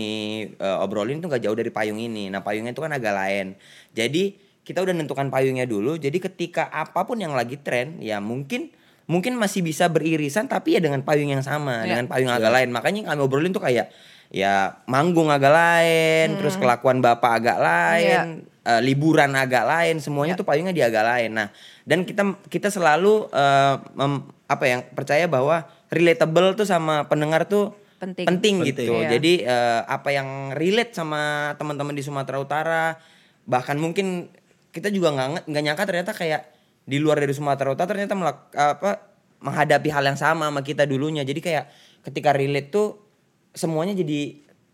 [SPEAKER 2] eh, obrolin itu nggak jauh dari payung ini. Nah payungnya itu kan agak lain. Jadi kita udah nentukan payungnya dulu. Jadi ketika apapun yang lagi tren, ya mungkin mungkin masih bisa beririsan tapi ya dengan payung yang sama
[SPEAKER 4] Ya.
[SPEAKER 2] dengan payung
[SPEAKER 1] Iya.
[SPEAKER 2] agak lain makanya yang kami obrolin tuh kayak ya manggung agak lain terus kelakuan bapak agak lain eh, liburan agak lain semuanya
[SPEAKER 4] Ya.
[SPEAKER 2] tuh payungnya di agak lain nah dan kita kita selalu eh, mem- apa yang percaya bahwa relatable tuh sama pendengar tuh
[SPEAKER 4] Penting.
[SPEAKER 2] gitu
[SPEAKER 4] Iya.
[SPEAKER 2] jadi eh, apa yang relate sama teman-teman di Sumatera Utara bahkan mungkin kita juga nggak nge- nggak nyangka ternyata kayak di luar dari Sumatera Utara ternyata melak- apa menghadapi hal yang sama sama kita dulunya jadi kayak ketika relate tuh semuanya jadi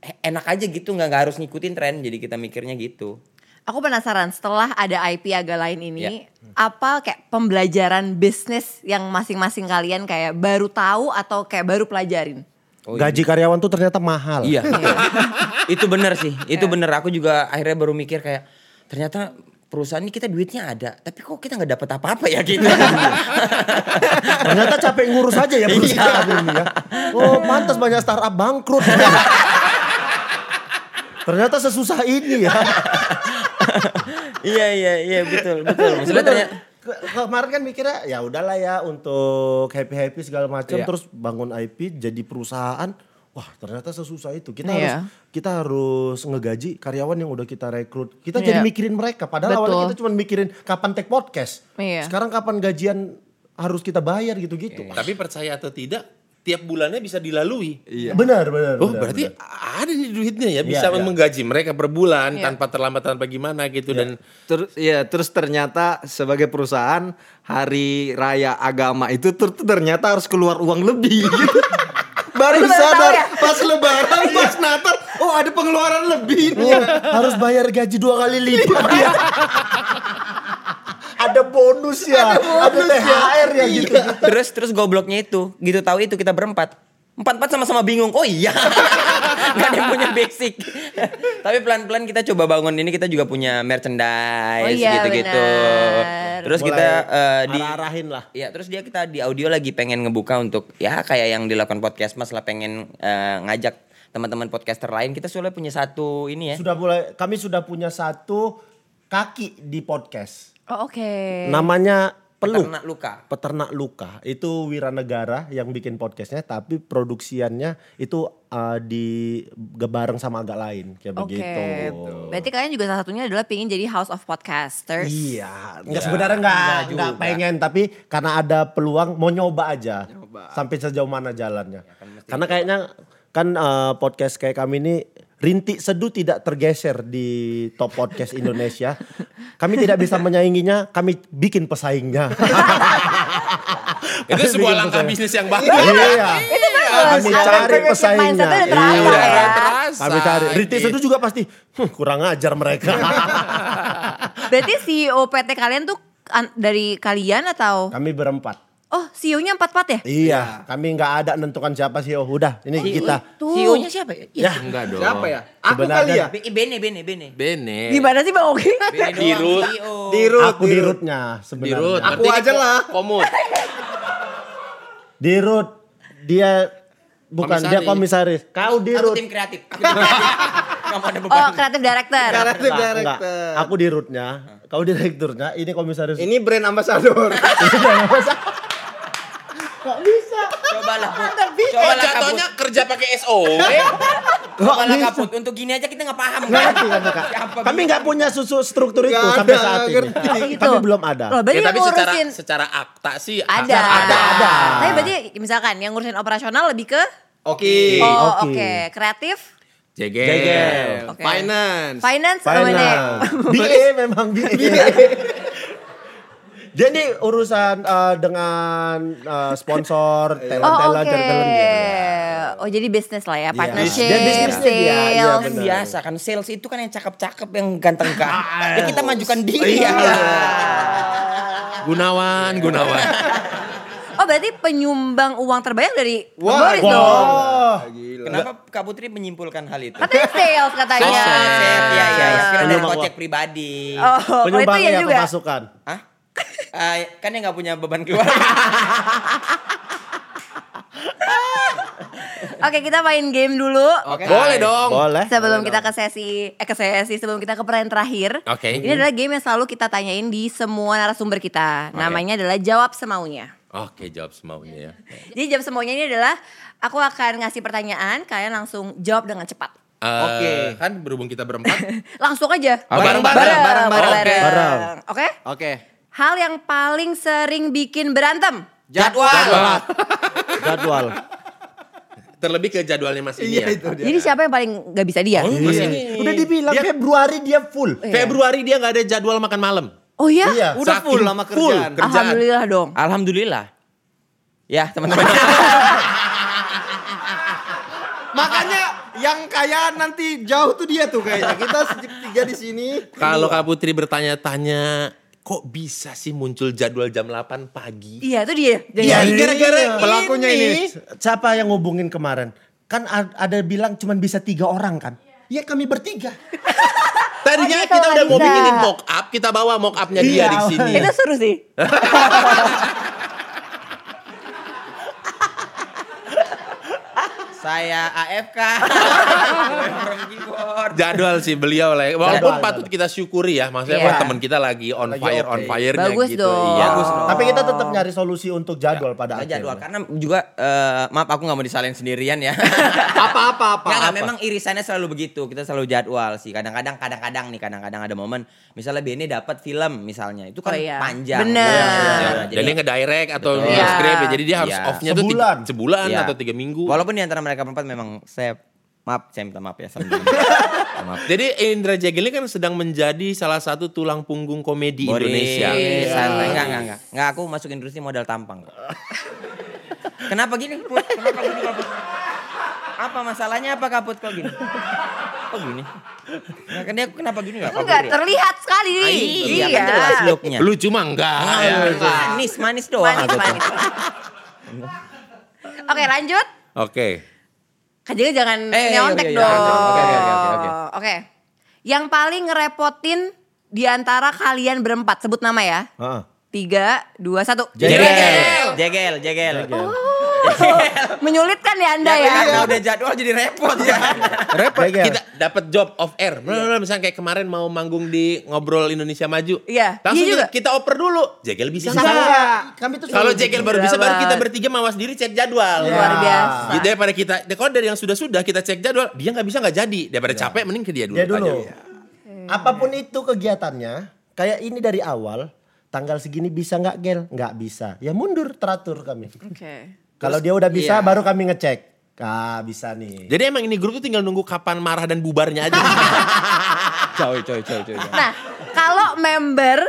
[SPEAKER 2] he- enak aja gitu nggak nggak harus ngikutin tren jadi kita mikirnya gitu
[SPEAKER 4] Aku penasaran setelah ada IP agak lain ini apa kayak pembelajaran bisnis yang masing-masing kalian kayak baru tahu atau kayak baru pelajarin?
[SPEAKER 1] gaji karyawan tuh ternyata mahal.
[SPEAKER 2] Iya. (laughs) itu bener sih. Itu bener. Aku juga akhirnya baru mikir kayak ternyata perusahaan ini kita duitnya ada, tapi kok kita nggak dapat apa-apa ya gitu. (laughs)
[SPEAKER 1] Ternyata capek ngurus aja ya
[SPEAKER 4] Iya.
[SPEAKER 1] perusahaan ini ya. Oh, pantas banyak startup bangkrut. Ternyata sesusah ini ya.
[SPEAKER 2] iya iya iya betul betul. Maksudnya ternyata
[SPEAKER 1] Ke- Kemarin kan mikirnya ya udahlah ya untuk happy-happy segala macam
[SPEAKER 4] Iya.
[SPEAKER 1] terus bangun IP jadi perusahaan. Wah, ternyata sesusah itu. Kita harus
[SPEAKER 4] Iya.
[SPEAKER 1] kita harus ngegaji karyawan yang udah kita rekrut. Kita jadi
[SPEAKER 4] Iya.
[SPEAKER 1] mikirin mereka padahal awalnya
[SPEAKER 4] Betul.
[SPEAKER 1] kita cuma mikirin kapan take podcast.
[SPEAKER 4] Iya.
[SPEAKER 1] Sekarang kapan gajian harus kita bayar gitu-gitu.
[SPEAKER 6] Tapi percaya atau tidak, tiap bulannya bisa dilalui.
[SPEAKER 4] Iya.
[SPEAKER 1] Benar, benar.
[SPEAKER 6] Oh
[SPEAKER 1] benar,
[SPEAKER 6] berarti
[SPEAKER 1] benar.
[SPEAKER 6] ada nih duitnya ya bisa
[SPEAKER 1] Iya, iya.
[SPEAKER 6] menggaji mereka per
[SPEAKER 5] Iya.
[SPEAKER 6] bulan tanpa terlambat tanpa gimana gitu
[SPEAKER 1] (laughs)
[SPEAKER 6] dan
[SPEAKER 5] Terus ya terus ternyata sebagai perusahaan hari raya agama itu ter- ternyata harus keluar uang lebih. gitu. Baru
[SPEAKER 4] Baru tahu
[SPEAKER 5] sadar
[SPEAKER 4] ya?
[SPEAKER 5] pas lebaran, pas natal, oh ada pengeluaran lebih. nih.
[SPEAKER 1] Iya, harus bayar gaji dua kali lipat ya. ada bonus ya, ada, THR ya gitu.
[SPEAKER 2] terus terus gobloknya itu, gitu tahu itu kita berempat. Empat empat sama-sama bingung. Oh iya, (laughs) nggak ada yang punya basic. (laughs) Tapi pelan-pelan kita coba bangun ini kita juga punya merchandise
[SPEAKER 4] Oh iya,
[SPEAKER 2] gitu-gitu.
[SPEAKER 4] benar.
[SPEAKER 2] Terus kita eh, di
[SPEAKER 1] arahin lah.
[SPEAKER 2] Iya, terus dia kita di audio lagi pengen ngebuka untuk ya kayak yang dilakukan podcast Mas lah pengen eh, ngajak teman-teman podcaster lain. Kita sudah punya satu ini ya.
[SPEAKER 1] Sudah mulai kami sudah punya satu kaki di podcast.
[SPEAKER 4] Oh, Oke.
[SPEAKER 1] Namanya Peluk.
[SPEAKER 2] Peternak luka.
[SPEAKER 1] Peternak Luka itu Wiranegara yang bikin podcastnya tapi produksiannya itu eh, di bareng sama agak lain kayak
[SPEAKER 4] Oke.
[SPEAKER 1] begitu.
[SPEAKER 4] Berarti kalian juga salah satunya adalah pingin jadi House of Podcasters.
[SPEAKER 1] Iya, enggak sebenarnya enggak, enggak pengen tapi karena ada peluang mau nyoba Ya, aja. Sampai sejauh mana jalannya. karena kayaknya kan eh, podcast kayak kami ini rintik seduh tidak tergeser di top podcast Indonesia. Kami tidak (laughs) bisa menyainginya, kami bikin (laughs) pesaingnya.
[SPEAKER 6] itu sebuah
[SPEAKER 1] Bikin
[SPEAKER 6] langkah
[SPEAKER 1] pesaing.
[SPEAKER 6] bisnis yang
[SPEAKER 1] (laughs)
[SPEAKER 6] bagus.
[SPEAKER 1] iya. Kami
[SPEAKER 4] Ada
[SPEAKER 1] cari
[SPEAKER 4] entrepreneurship
[SPEAKER 1] pesaingnya.
[SPEAKER 4] mindset-nya udah
[SPEAKER 1] Iya.
[SPEAKER 4] terasa ya.
[SPEAKER 6] terasa.
[SPEAKER 1] Kami cari. Rintik seduh juga pasti "Hmm, kurang ajar (laughs) mereka.
[SPEAKER 4] Berarti E CEO PT kalian tuh an- dari kalian atau
[SPEAKER 1] kami berempat.
[SPEAKER 4] oh CEO-nya empat-empat ya?
[SPEAKER 1] Iya, kami nggak ada nentukan siapa sih. Oh, udah, ini kita.
[SPEAKER 2] CEO-nya siapa ya? Iya.
[SPEAKER 6] Enggak dong.
[SPEAKER 5] Siapa ya? Aku
[SPEAKER 1] Sebenarnya-
[SPEAKER 5] kali ya?
[SPEAKER 2] Be- eh, Bene, Bene, Bene.
[SPEAKER 6] Bene.
[SPEAKER 2] Iya.
[SPEAKER 4] Gimana sih Bang Ogi? (laughs)
[SPEAKER 2] Bene
[SPEAKER 6] Di
[SPEAKER 2] doang,
[SPEAKER 6] root.
[SPEAKER 2] CEO.
[SPEAKER 5] Dirut,
[SPEAKER 1] Aku di rootnya
[SPEAKER 6] Di root. (laughs)
[SPEAKER 1] sebenarnya.
[SPEAKER 5] Aku aja lah.
[SPEAKER 6] Komut.
[SPEAKER 1] Di root dia bukan dia komisaris. Kau di
[SPEAKER 2] Aku
[SPEAKER 1] root.
[SPEAKER 2] tim kreatif. Aku tim kreatif.
[SPEAKER 4] (laughs)
[SPEAKER 2] Kamu ada beban.
[SPEAKER 4] Oh, kreatif director.
[SPEAKER 2] Iya.
[SPEAKER 1] Enggak,
[SPEAKER 5] Kreatif
[SPEAKER 1] enggak.
[SPEAKER 5] director.
[SPEAKER 1] Aku di rootnya, kau direkturnya, ini komisaris.
[SPEAKER 5] eh, Ini brand ambassador.
[SPEAKER 2] Cobalah. Put. Cobalah kabut.
[SPEAKER 6] Jatuhnya kerja pakai SO.
[SPEAKER 1] Eh.
[SPEAKER 2] Cobalah
[SPEAKER 1] bisa.
[SPEAKER 2] kabut. Untuk gini aja kita nggak paham.
[SPEAKER 1] Nggak
[SPEAKER 2] kan?
[SPEAKER 1] ngerti kamu, Kak.
[SPEAKER 2] Siapa
[SPEAKER 1] Kami
[SPEAKER 2] bisa?
[SPEAKER 1] nggak punya susu struktur itu
[SPEAKER 5] Nggak
[SPEAKER 1] sampai
[SPEAKER 5] ada,
[SPEAKER 1] saat ini.
[SPEAKER 5] nggak
[SPEAKER 4] Oh,
[SPEAKER 1] Kami
[SPEAKER 4] gitu.
[SPEAKER 1] Kami belum ada.
[SPEAKER 4] Loh, berarti
[SPEAKER 6] Ya,
[SPEAKER 4] yang
[SPEAKER 6] tapi secara
[SPEAKER 4] ngurusin
[SPEAKER 6] secara akta sih
[SPEAKER 4] ada.
[SPEAKER 1] ada, ada.
[SPEAKER 4] Tapi berarti misalkan yang ngurusin operasional lebih ke
[SPEAKER 5] Oke.
[SPEAKER 4] Oh,
[SPEAKER 1] Iya.
[SPEAKER 4] oke.
[SPEAKER 1] oke.
[SPEAKER 4] Kreatif,
[SPEAKER 6] Jegel.
[SPEAKER 4] Oke.
[SPEAKER 5] Finance.
[SPEAKER 1] (laughs)
[SPEAKER 4] finance,
[SPEAKER 1] Final.
[SPEAKER 4] finance.
[SPEAKER 1] BA memang BA. Dia ini urusan eh, dengan eh, sponsor,
[SPEAKER 4] Oh,
[SPEAKER 5] Iya.
[SPEAKER 1] talent-talent,
[SPEAKER 4] oke.
[SPEAKER 1] talent-talent dia. Iya.
[SPEAKER 4] Oh, jadi bisnis lah ya, partnership,
[SPEAKER 1] Dia bisnisnya dia, iya,
[SPEAKER 4] sales.
[SPEAKER 2] Kan
[SPEAKER 1] benar.
[SPEAKER 2] biasa kan sales itu kan yang cakep-cakep yang ganteng kan. ya kita majukan diri ya.
[SPEAKER 6] Gunawan,
[SPEAKER 1] Iya.
[SPEAKER 6] Gunawan.
[SPEAKER 4] Oh, berarti penyumbang uang terbanyak dari
[SPEAKER 5] Wah,
[SPEAKER 4] Boris
[SPEAKER 1] Wah,
[SPEAKER 4] dong.
[SPEAKER 1] Oh,
[SPEAKER 5] Gila.
[SPEAKER 2] Kenapa Kak Putri menyimpulkan hal itu? Iya,
[SPEAKER 4] Katanya sales katanya. Iya,
[SPEAKER 2] Sales, ya ya ya. Kira dari
[SPEAKER 1] Penyumbang
[SPEAKER 2] kocek pribadi.
[SPEAKER 4] Oh, kalau itu
[SPEAKER 1] penyumbangnya
[SPEAKER 4] ya juga.
[SPEAKER 1] pemasukan.
[SPEAKER 2] Hah? Eh, kan yang nggak punya beban keluar.
[SPEAKER 4] (laughs) Oke, kita main game dulu.
[SPEAKER 1] Iya.
[SPEAKER 6] (laughs) Boleh dong.
[SPEAKER 1] Boleh.
[SPEAKER 4] Sebelum kita ke sesi eh ke sesi sebelum kita ke peran terakhir.
[SPEAKER 6] Oke.
[SPEAKER 4] Ini adalah game yang selalu kita tanyain di semua narasumber kita. Namanya adalah jawab semaunya.
[SPEAKER 6] Oke, jawab semaunya ya.
[SPEAKER 1] Iya.
[SPEAKER 4] Jadi jawab semaunya ini adalah aku akan ngasih pertanyaan, kalian langsung jawab dengan cepat. (laughs)
[SPEAKER 6] Eh,
[SPEAKER 5] Oke.
[SPEAKER 6] Kan berhubung kita berempat. (laughs)
[SPEAKER 4] Langsung aja.
[SPEAKER 6] Bareng-bareng,
[SPEAKER 4] Bareng,
[SPEAKER 5] bareng-bareng.
[SPEAKER 4] bareng.
[SPEAKER 1] Bareng.
[SPEAKER 4] Oke.
[SPEAKER 5] Oke.
[SPEAKER 4] Hal yang paling sering bikin berantem.
[SPEAKER 5] Jadwal.
[SPEAKER 6] Jadwal.
[SPEAKER 1] Jadwal.
[SPEAKER 6] Terlebih ke jadwalnya Mas ini
[SPEAKER 1] Iya,
[SPEAKER 6] ya.
[SPEAKER 4] Jadi siapa yang paling gak bisa dia?
[SPEAKER 6] Oh, Mas ini.
[SPEAKER 1] Udah dibilang Februari dia full.
[SPEAKER 4] Iya.
[SPEAKER 6] Februari dia nggak ada jadwal makan malam.
[SPEAKER 4] Oh ya?
[SPEAKER 1] Iya.
[SPEAKER 5] Udah
[SPEAKER 6] Saking
[SPEAKER 5] full lama
[SPEAKER 6] full.
[SPEAKER 5] kerjaan.
[SPEAKER 6] kerjaan.
[SPEAKER 4] Alhamdulillah dong.
[SPEAKER 2] Alhamdulillah. Ya teman-teman.
[SPEAKER 5] Makanya yang kaya nanti jauh tuh dia tuh kayaknya. Kita tiga di sini.
[SPEAKER 6] Kalau Kak Putri bertanya-tanya, kok bisa sih muncul jadwal jam 8 pagi?
[SPEAKER 4] Iya itu dia.
[SPEAKER 6] Iya,
[SPEAKER 1] Iya.
[SPEAKER 6] gara-gara
[SPEAKER 5] Pelakunya ini.
[SPEAKER 1] Siapa yang ngubungin kemarin? Kan a- ada bilang cuman bisa tiga orang kan? Ya kami bertiga.
[SPEAKER 6] Tadinya
[SPEAKER 4] Oh, gitu,
[SPEAKER 6] kita udah mau
[SPEAKER 4] Anissa.
[SPEAKER 6] bikinin mock up, kita bawa mock upnya dia
[SPEAKER 1] Iya.
[SPEAKER 6] di sini.
[SPEAKER 4] Itu seru sih.
[SPEAKER 2] Saya
[SPEAKER 4] (laughs)
[SPEAKER 2] AFK. From keyboard.
[SPEAKER 6] Jadwal sih beliau lah. ya. Walaupun
[SPEAKER 1] Jadwal.
[SPEAKER 6] patut kita syukuri ya, maksudnya
[SPEAKER 4] Iya.
[SPEAKER 6] wah teman kita lagi on fire on fire-nya
[SPEAKER 4] Bagus
[SPEAKER 6] gitu.
[SPEAKER 4] dong.
[SPEAKER 6] Iya.
[SPEAKER 4] Bagus dong.
[SPEAKER 1] Oh. Tapi kita tetap nyari solusi untuk jadwal pada
[SPEAKER 2] Nggak
[SPEAKER 1] akhirnya.
[SPEAKER 2] jadwal karena juga eh, maaf aku nggak mau disalahin sendirian ya.
[SPEAKER 5] Apa-apa apa.
[SPEAKER 2] Nggak, nggak, memang irisannya selalu begitu. Kita selalu jadwal sih. Kadang-kadang kadang-kadang nih kadang-kadang ada momen misalnya Bene dapat film misalnya. Itu kan
[SPEAKER 4] Oh, iya.
[SPEAKER 2] panjang.
[SPEAKER 4] Bener.
[SPEAKER 2] Iya,
[SPEAKER 6] Iya.
[SPEAKER 2] jadi-
[SPEAKER 6] Dan dia ngedirect atau
[SPEAKER 2] Betul.
[SPEAKER 6] nge-script ya.
[SPEAKER 4] Iya.
[SPEAKER 6] Jadi dia harus
[SPEAKER 2] Iya.
[SPEAKER 6] off-nya tuh tiga-
[SPEAKER 1] Sebulan.
[SPEAKER 6] sebulan
[SPEAKER 2] Iya.
[SPEAKER 6] atau kan tiga minggu.
[SPEAKER 2] Walaupun di antara mereka berempat memang saya maaf, saya minta maaf ya sama
[SPEAKER 6] (laughs)
[SPEAKER 2] Bene. maaf.
[SPEAKER 6] Jadi Indra Jagel ini kan sedang menjadi salah satu tulang punggung komedi
[SPEAKER 2] Boris, Iya.
[SPEAKER 6] Indonesia.
[SPEAKER 2] Santai, enggak, enggak, enggak. Enggak, aku masuk industri modal tampang kok. (laughs) Kenapa gini? Put? Kenapa gini? Kak Put? Apa masalahnya apa kaput kok gini? Kok gini? Nah, kan dia kenapa gini ya? enggak?
[SPEAKER 4] Enggak terlihat sekali.
[SPEAKER 2] Iya, kan jelas looknya.
[SPEAKER 6] Lu cuma enggak.
[SPEAKER 2] Ah.
[SPEAKER 6] ya.
[SPEAKER 2] Manis, Iya. manis doang. gitu. aku
[SPEAKER 4] Manis,
[SPEAKER 2] tuh.
[SPEAKER 4] manis. Oke lanjut.
[SPEAKER 6] Oke.
[SPEAKER 4] Kak Jaga jangan
[SPEAKER 2] Eh,
[SPEAKER 4] nyontek
[SPEAKER 2] iya, iya, iya,
[SPEAKER 4] dong.
[SPEAKER 2] iya. Oke, oke, oke, oke,
[SPEAKER 4] Oke. Yang paling ngerepotin di antara kalian berempat. Sebut nama ya.
[SPEAKER 1] Heeh.
[SPEAKER 4] Tiga, dua, satu.
[SPEAKER 2] Jegel, jegel, jegel.
[SPEAKER 4] Menyulitkan ya anda
[SPEAKER 2] Ya,
[SPEAKER 4] ya.
[SPEAKER 2] karena udah jadwal jadi repot ya.
[SPEAKER 6] Repot
[SPEAKER 1] Jegel.
[SPEAKER 6] kita dapat job off air. Bener-bener, misalnya kayak kemarin mau manggung di ngobrol Indonesia Maju.
[SPEAKER 4] Iya,
[SPEAKER 6] Langsung
[SPEAKER 4] iya juga. Iya.
[SPEAKER 6] kita, kita oper dulu. Jegel bisa,
[SPEAKER 1] Bisa
[SPEAKER 6] nggak?
[SPEAKER 1] nggak? Kami tuh
[SPEAKER 6] Kalau
[SPEAKER 1] selalu
[SPEAKER 6] Jegel
[SPEAKER 1] gitu.
[SPEAKER 6] baru bisa baru
[SPEAKER 4] Jerawat.
[SPEAKER 6] kita bertiga mawas diri cek jadwal.
[SPEAKER 4] Luar biasa.
[SPEAKER 6] Gitu daripada kita, kalau dari yang sudah-sudah kita cek jadwal, dia nggak bisa nggak jadi. Daripada capek, mending ke dia dulu. iya.
[SPEAKER 1] Dia Ya, dulu.
[SPEAKER 6] tanya.
[SPEAKER 1] Apapun itu kegiatannya, kayak ini dari awal tanggal segini bisa nggak gel? Nggak bisa. Ya mundur teratur kami.
[SPEAKER 4] Oke.
[SPEAKER 1] Kalau dia udah bisa,
[SPEAKER 6] iya.
[SPEAKER 1] baru kami ngecek. Ah bisa nih.
[SPEAKER 6] Jadi emang ini grup tuh tinggal nunggu kapan marah dan bubarnya
[SPEAKER 4] (laughs)
[SPEAKER 6] aja.
[SPEAKER 2] Coy, coy, coy, coy.
[SPEAKER 4] Nah, kalau member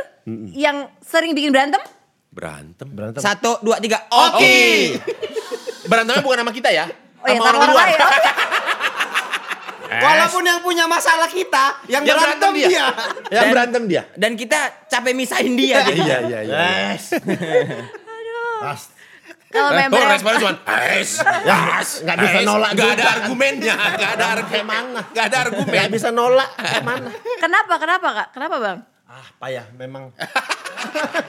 [SPEAKER 4] yang sering bikin berantem, oh
[SPEAKER 6] Berantem.
[SPEAKER 1] Berantem.
[SPEAKER 2] Satu, dua, tiga.
[SPEAKER 6] Oke.
[SPEAKER 2] Oke.
[SPEAKER 6] Berantemnya bukan sama kita ya.
[SPEAKER 4] oh ya
[SPEAKER 6] sama
[SPEAKER 4] sama orang
[SPEAKER 6] luar.
[SPEAKER 4] lain.
[SPEAKER 5] Walaupun yang punya masalah kita, yang,
[SPEAKER 6] Yang
[SPEAKER 5] berantem dia.
[SPEAKER 6] Yang berantem dia.
[SPEAKER 2] Dan kita capek misahin dia gitu. jadi.
[SPEAKER 6] Iya, iya, iya.
[SPEAKER 1] Yes. Pasti.
[SPEAKER 4] Kalau
[SPEAKER 6] Eh,
[SPEAKER 4] member
[SPEAKER 6] kok
[SPEAKER 4] yang-
[SPEAKER 6] responnya cuma es, es,
[SPEAKER 1] nggak bisa
[SPEAKER 6] Nah, es."
[SPEAKER 1] nolak
[SPEAKER 6] Ya, Nggak ada
[SPEAKER 1] juga.
[SPEAKER 6] argumennya, nggak ada argumen, nggak ada argumen.
[SPEAKER 1] Nggak bisa nolak. Kemana?
[SPEAKER 4] kenapa, kenapa kak? Kenapa bang?
[SPEAKER 1] Ah payah (laughs) memang.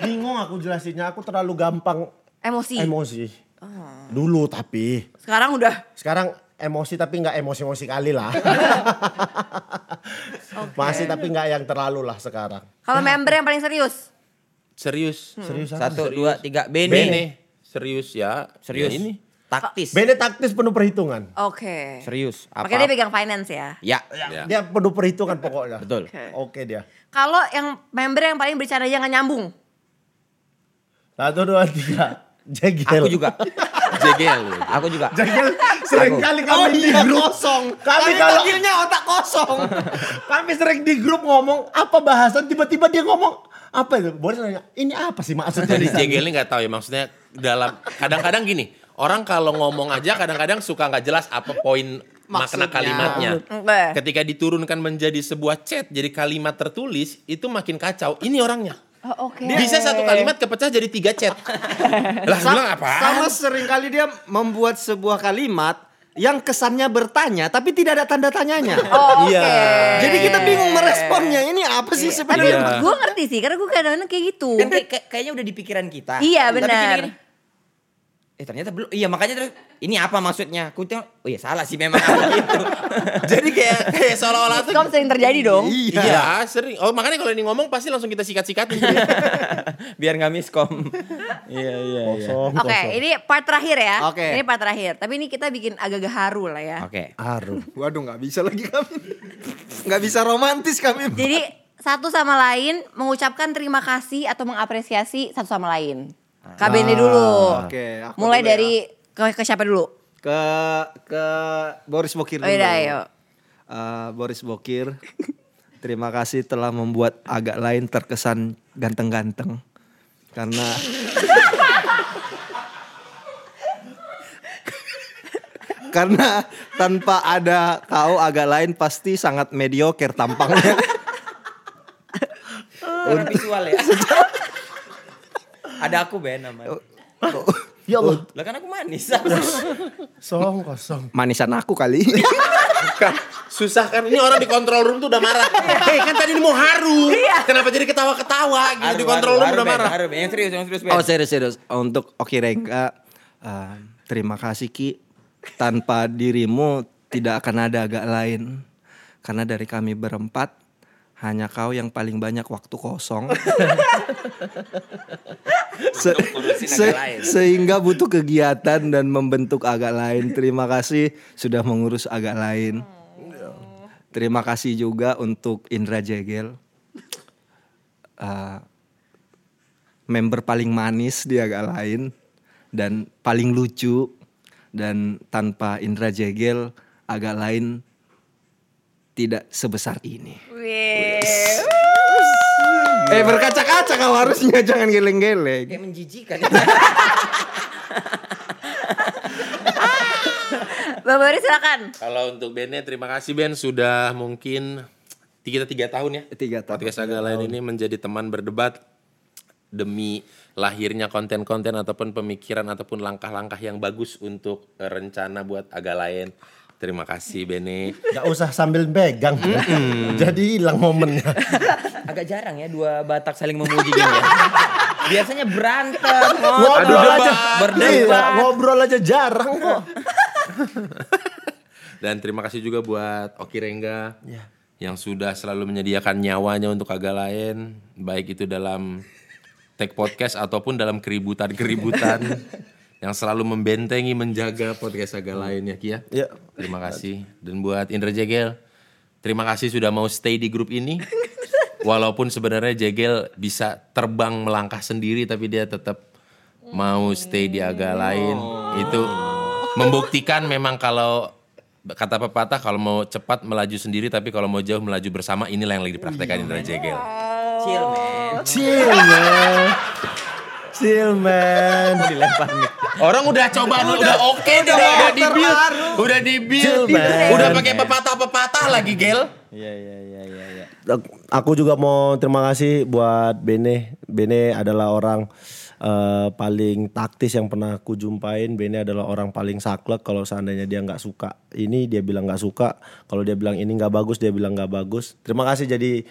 [SPEAKER 1] Bingung aku jelasinnya. Aku terlalu gampang
[SPEAKER 4] Emosi.
[SPEAKER 1] emosi. Dulu tapi.
[SPEAKER 4] Sekarang udah
[SPEAKER 1] Sekarang emosi tapi nggak emosi-emosi kali lah. Masih tapi nggak yang terlalu lah sekarang.
[SPEAKER 4] kalau member yang paling serius.
[SPEAKER 6] Serius. Serius.
[SPEAKER 2] Satu, dua, tiga. Bene.
[SPEAKER 6] Bene. Serius ya.
[SPEAKER 2] Serius.
[SPEAKER 6] Ya ini.
[SPEAKER 2] Taktis.
[SPEAKER 1] Bene taktis penuh perhitungan.
[SPEAKER 4] Oke.
[SPEAKER 2] Serius. Apa?
[SPEAKER 4] Makanya dia pegang finance ya.
[SPEAKER 2] Ya.
[SPEAKER 6] Ya.
[SPEAKER 1] Dia penuh perhitungan pokoknya.
[SPEAKER 2] Betul.
[SPEAKER 4] Oke.
[SPEAKER 1] Oke dia.
[SPEAKER 4] Kalau yang member yang paling bercanda jangan nyambung.
[SPEAKER 1] Satu, dua, tiga. Jegel.
[SPEAKER 2] Aku juga.
[SPEAKER 6] Jegel lu.
[SPEAKER 2] Aku juga.
[SPEAKER 1] Jegel sering kali kami di grup kosong. Kami kalau panggilnya otak kosong. kami sering di grup ngomong apa bahasan tiba-tiba dia ngomong apa itu? Boleh saya nanya, ini apa sih maksudnya
[SPEAKER 6] Jadi
[SPEAKER 1] di sana?
[SPEAKER 6] jegelnya nggak tahu ya maksudnya dalam kadang-kadang gini orang kalau ngomong aja kadang-kadang suka nggak jelas apa poin makna
[SPEAKER 5] Maksudnya.
[SPEAKER 6] kalimatnya.
[SPEAKER 4] Oke.
[SPEAKER 6] Ketika diturunkan menjadi sebuah chat jadi kalimat tertulis itu makin kacau. Ini orangnya.
[SPEAKER 4] Oke.
[SPEAKER 6] Bisa satu kalimat kepecah jadi tiga chat. lah bilang apa?
[SPEAKER 5] Sama seringkali dia membuat sebuah kalimat yang kesannya bertanya tapi tidak ada tanda tanyanya.
[SPEAKER 4] (laughs) Oh, Oke.
[SPEAKER 5] Jadi kita bingung meresponnya ini apa sih
[SPEAKER 4] Tapi
[SPEAKER 5] sebenarnya?
[SPEAKER 4] gue ngerti sih karena gue kadang-kadang kayak gitu.
[SPEAKER 2] Kan kayak- kayak- kayaknya udah di pikiran kita.
[SPEAKER 4] Iya,
[SPEAKER 2] Tapi
[SPEAKER 4] benar.
[SPEAKER 2] gini, gini. Eh ternyata belum. Iya makanya terus ini apa maksudnya? Aku tengok, oh iya salah sih memang aku (laughs) gitu.
[SPEAKER 6] Jadi kayak kayak Ya, seolah-olah tuh
[SPEAKER 4] Kamu sering terjadi dong.
[SPEAKER 6] Iya, sering. Oh, makanya kalau ini ngomong pasti langsung kita sikat-sikatin.
[SPEAKER 2] Biar nggak miskom. iya iya. iya.
[SPEAKER 1] Kosong,
[SPEAKER 4] Oke,
[SPEAKER 1] kosong.
[SPEAKER 4] ini part terakhir ya.
[SPEAKER 5] Oh, Oke.
[SPEAKER 4] Ini part terakhir. Tapi ini kita bikin agak-agak haru lah ya.
[SPEAKER 2] Oke.
[SPEAKER 1] Aduh.
[SPEAKER 5] Waduh nggak bisa lagi kami. Nggak bisa romantis kami.
[SPEAKER 4] Jadi satu sama lain mengucapkan terima kasih atau mengapresiasi satu sama lain. Kak Bene dulu.
[SPEAKER 5] Ah, Oke, aku
[SPEAKER 4] Mulai
[SPEAKER 5] dulu ya.
[SPEAKER 4] dari ke, ke siapa dulu?
[SPEAKER 5] Ke ke Boris Bokir
[SPEAKER 4] Oh,
[SPEAKER 5] dulu.
[SPEAKER 4] yaudah, ayo.
[SPEAKER 5] Eh, Boris Bokir, terima kasih telah membuat agak lain terkesan ganteng-ganteng. Karena (laughs) karena tanpa ada kau agak lain pasti sangat mediocre tampangnya.
[SPEAKER 2] Kurang visual ya. Ada aku Ben namanya.
[SPEAKER 1] Ya Allah.
[SPEAKER 2] Lah kan aku manis.
[SPEAKER 1] Song kosong.
[SPEAKER 5] Manisan aku kali. (laughs)
[SPEAKER 6] Susah kan? Ini orang di control room tuh udah marah. Hei, kan tadi ini mau haru. Kenapa jadi ketawa-ketawa gitu di control room udah
[SPEAKER 2] Ben,
[SPEAKER 6] marah.
[SPEAKER 2] Haru, Ben. Yang serius, yang serius Ben.
[SPEAKER 5] Oh serius serius untuk Oki Rengga eh, terima kasih Ki tanpa dirimu tidak akan ada agak lain karena dari kami berempat hanya kau yang paling banyak waktu kosong Se- se- sehingga butuh kegiatan dan membentuk agak lain terima kasih sudah mengurus agak lain terima kasih juga untuk Indra Jegel Eh, member paling manis di agak lain dan paling lucu dan tanpa Indra Jegel agak lain tidak sebesar ini.
[SPEAKER 4] Wih.
[SPEAKER 5] Eh berkaca-kaca kau harusnya jangan geleng-geleng.
[SPEAKER 2] Kayak menjijikan.
[SPEAKER 4] (laughs) Bang Boris silakan.
[SPEAKER 6] Kalau untuk Bene, terima kasih Ben sudah mungkin kita tiga tahun ya.
[SPEAKER 5] Tiga tahun.
[SPEAKER 6] Podcast agak lain ini menjadi teman berdebat demi lahirnya konten-konten ataupun pemikiran ataupun langkah-langkah yang bagus untuk eh, rencana buat agak lain. Terima kasih Bene.
[SPEAKER 1] Gak usah sambil pegang. Jadi hilang momennya.
[SPEAKER 2] Agak jarang ya dua Batak saling memuji gini ya. Biasanya berantem,
[SPEAKER 1] Ngobrol
[SPEAKER 2] ngobrol,
[SPEAKER 1] aja. Iya,
[SPEAKER 2] berdebat.
[SPEAKER 1] ngobrol aja jarang kok.
[SPEAKER 6] Dan terima kasih juga buat Oki Rengga yang sudah selalu menyediakan nyawanya untuk agak lain, baik itu dalam tag podcast ataupun dalam keributan-keributan yang selalu membentengi menjaga podcast agak lain ya Kia.
[SPEAKER 1] Iya.
[SPEAKER 6] Terima kasih dan buat Indra Jegel, terima kasih sudah mau stay di grup ini. Walaupun sebenarnya Jegel bisa terbang melangkah sendiri tapi dia tetap mau stay di agak lain. Itu membuktikan memang kalau kata pepatah kalau mau cepat melaju sendiri tapi kalau mau jauh melaju bersama inilah yang lagi dipraktekkan Indra
[SPEAKER 3] Iya.
[SPEAKER 6] Jegel.
[SPEAKER 2] Chill, man.
[SPEAKER 1] Chill man. Chill man.
[SPEAKER 6] Orang udah coba udah, oke udah, udah di build, udah di build,
[SPEAKER 1] Jilbab.
[SPEAKER 6] udah pakai pepatah-pepatah lagi Gel.
[SPEAKER 1] Ak- aku juga mau terima kasih buat Bene. Bene adalah orang eh, paling taktis yang pernah aku jumpain. Bene adalah orang paling saklek. Kalau seandainya dia nggak suka ini, dia bilang nggak suka. Kalau dia bilang ini nggak bagus, dia bilang nggak bagus. Terima kasih jadi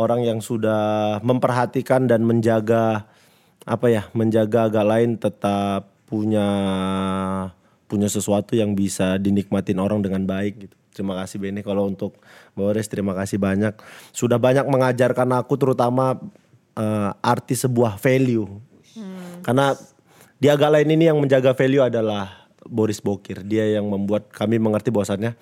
[SPEAKER 1] orang yang sudah memperhatikan dan menjaga apa ya, menjaga agak lain tetap punya punya sesuatu yang bisa dinikmatin orang dengan baik gitu. Terima kasih Bene kalau untuk Boris terima kasih banyak. Sudah banyak mengajarkan aku terutama eh, arti sebuah value. Karena di agak lain ini yang menjaga value adalah Boris Bokir. Dia yang membuat kami mengerti bahwasannya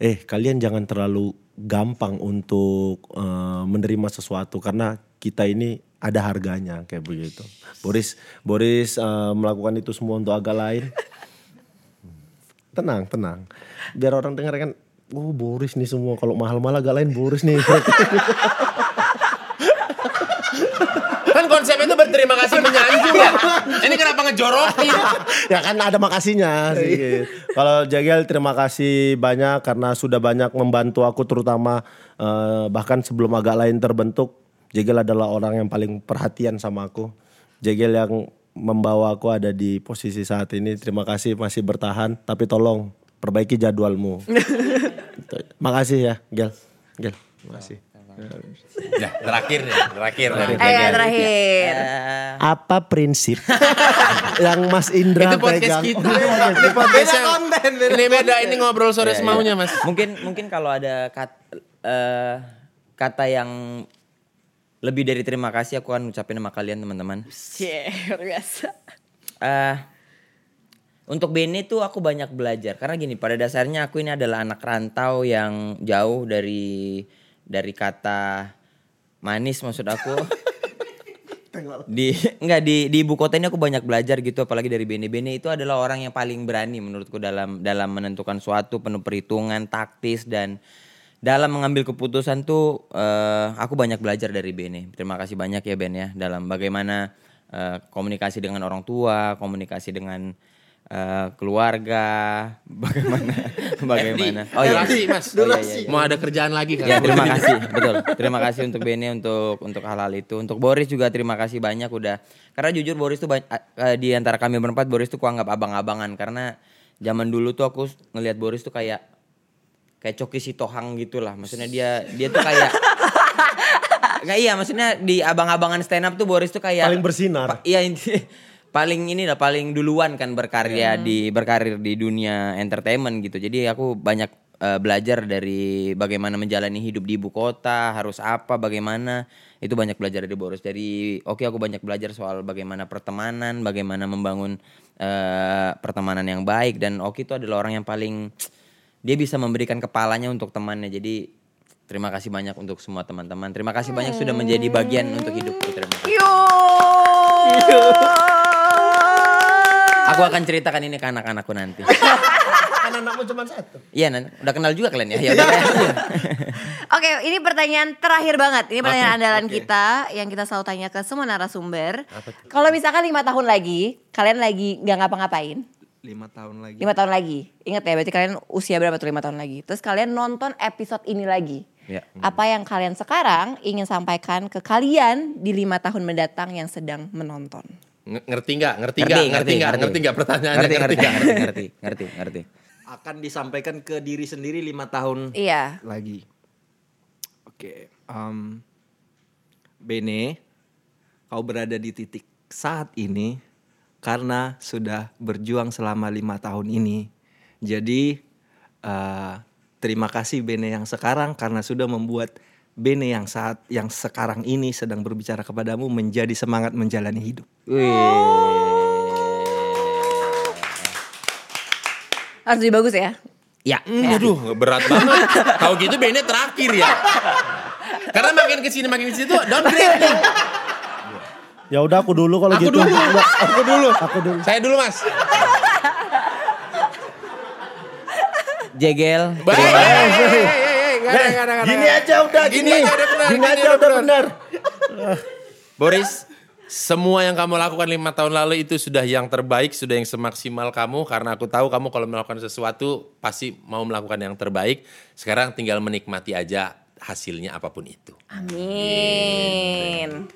[SPEAKER 1] eh kalian jangan terlalu gampang untuk eh, menerima sesuatu karena kita ini ada harganya kayak begitu. Boris Boris eh, melakukan itu semua untuk agak lain. Tenang, tenang. Biar orang dengar kan, oh Boris nih semua kalau mahal-mahal agak lain Boris nih.
[SPEAKER 3] Kan konsep itu berterima kasih menyanjung (laughs) ya. Ini kenapa ngejorokin?
[SPEAKER 1] ya kan ada makasihnya sih. Iya. Kalau Jagel terima kasih banyak karena sudah banyak membantu aku terutama eh, bahkan sebelum agak lain terbentuk. Jagel adalah orang yang paling perhatian sama aku. Jagel yang membawa aku ada di posisi saat ini. Terima kasih masih bertahan tapi tolong perbaiki jadwalmu. Makasih ya, Gel. Gel, makasih.
[SPEAKER 3] Nah, terakhir nih, terakhir
[SPEAKER 6] Nah,
[SPEAKER 3] dari
[SPEAKER 4] Eh yang terakhir.
[SPEAKER 1] Apa
[SPEAKER 3] (laughs)
[SPEAKER 1] prinsip yang Mas Indra
[SPEAKER 3] Nah. Itu podcast
[SPEAKER 1] pegang? Iya,
[SPEAKER 3] kita.
[SPEAKER 1] Ini
[SPEAKER 3] podcast yang- Ini beda, ini ngobrol sore semaunya mas.
[SPEAKER 2] mungkin mungkin kalau ada kata, kata yang lebih dari terima kasih aku akan ucapin sama kalian teman-teman.
[SPEAKER 4] Cie, luar biasa.
[SPEAKER 2] Eh, untuk Bene tuh aku banyak belajar karena gini pada dasarnya aku ini adalah anak rantau yang jauh dari dari kata manis maksud aku. di (laughs) enggak di di ibu kota ini aku banyak belajar gitu apalagi dari Bene. Bene itu adalah orang yang paling berani menurutku dalam dalam menentukan suatu penuh perhitungan taktis dan dalam mengambil keputusan tuh eh, aku banyak belajar dari Bene. Terima kasih banyak ya Ben ya dalam bagaimana eh, komunikasi dengan orang tua, komunikasi dengan eh, keluarga, (laughs)
[SPEAKER 3] (laughs)
[SPEAKER 2] bagaimana bagaimana. Oh iya.
[SPEAKER 3] Durasi, mas.
[SPEAKER 2] Oh, iya, iya, iya.
[SPEAKER 3] Mau ada kerjaan lagi kan?
[SPEAKER 2] Ya terima kasih betul terima kasih untuk Bene untuk untuk hal-hal itu untuk Boris juga terima kasih banyak udah karena jujur Boris tuh ba- eh, di antara kami berempat Boris tuh kuanggap abang-abangan karena zaman dulu tuh aku ngelihat Boris tuh kayak kayak Coki Sitohang gitu lah maksudnya dia dia tuh
[SPEAKER 1] (laughs)
[SPEAKER 2] kayak Nggak iya maksudnya di abang-abangan stand up tuh Boris tuh kayak
[SPEAKER 1] Paling bersinar.
[SPEAKER 2] Pa- iya inti (laughs) paling ini lah paling duluan kan berkarya di berkarir di dunia entertainment gitu. Jadi aku banyak eh, belajar dari bagaimana menjalani hidup di ibu kota, harus apa, bagaimana. Itu banyak belajar dari Boris. Dari oke aku banyak belajar soal bagaimana pertemanan, bagaimana membangun eh, pertemanan yang baik dan Oki itu adalah orang yang paling dia bisa memberikan kepalanya untuk temannya. Jadi terima kasih banyak untuk semua teman-teman. Terima kasih banyak sudah menjadi bagian untuk hidupku. Terima kasih.
[SPEAKER 4] Yo.
[SPEAKER 2] Aku akan ceritakan ini ke anak-anakku nanti.
[SPEAKER 1] Kan anakmu cuma satu.
[SPEAKER 2] Iya, Nan. udah kenal juga kalian ya. Ya udah. ya.
[SPEAKER 4] Oke, ini pertanyaan terakhir banget. Ini pertanyaan andalan kita yang kita selalu tanya ke semua narasumber. Kalau misalkan lima tahun lagi, kalian lagi nggak ngapa-ngapain,
[SPEAKER 5] lima tahun lagi
[SPEAKER 4] lima tahun lagi, ingat ya, berarti kalian usia berapa tuh lima tahun lagi? Terus kalian nonton episode ini lagi.
[SPEAKER 2] Ya.
[SPEAKER 4] Apa yang kalian sekarang ingin sampaikan ke kalian di lima tahun mendatang yang sedang menonton?
[SPEAKER 3] Nge- Ngerti nggak? Ngerti nggak? Ngerti nggak? Ngerti nggak pertanyaannya?
[SPEAKER 2] Ngerti, ngerti,
[SPEAKER 3] Ngerti nggak?
[SPEAKER 2] ngerti, ngerti, ngerti, ngerti.
[SPEAKER 5] akan disampaikan ke diri sendiri lima tahun
[SPEAKER 4] Iya.
[SPEAKER 5] lagi. Oke, em, Bene, kau berada di titik saat ini karena sudah berjuang selama lima tahun ini. Jadi eh, terima kasih Bene yang sekarang karena sudah membuat Bene yang saat yang sekarang ini sedang berbicara kepadamu menjadi semangat menjalani hidup.
[SPEAKER 4] Harus lebih bagus ya.
[SPEAKER 2] Ya.
[SPEAKER 3] Hmm, Aduh, berat banget. Tahu gitu bandnya terakhir ya. Karena makin kesini makin kesini tuh downgrade nih.
[SPEAKER 1] Ya udah aku dulu kalau
[SPEAKER 3] Aku
[SPEAKER 1] gitu.
[SPEAKER 3] dulu.
[SPEAKER 1] aku dulu. Aku dulu.
[SPEAKER 3] Saya dulu mas.
[SPEAKER 2] Jegel.
[SPEAKER 3] Baik. Hey, hey, hey, hey, nggak ada,
[SPEAKER 1] Eh,
[SPEAKER 3] nggak ada, nggak
[SPEAKER 1] Gini
[SPEAKER 3] ada.
[SPEAKER 1] aja udah
[SPEAKER 3] Gini
[SPEAKER 1] gini.
[SPEAKER 3] aja udah benar,
[SPEAKER 1] Gini
[SPEAKER 3] gini
[SPEAKER 1] aja
[SPEAKER 3] udah
[SPEAKER 1] udah benar.
[SPEAKER 3] Boris, semua yang kamu lakukan lima tahun lalu itu sudah yang terbaik, sudah yang semaksimal kamu. Karena aku tahu kamu kalau melakukan sesuatu pasti mau melakukan yang terbaik. Sekarang tinggal menikmati aja hasilnya apapun itu.
[SPEAKER 4] Amin.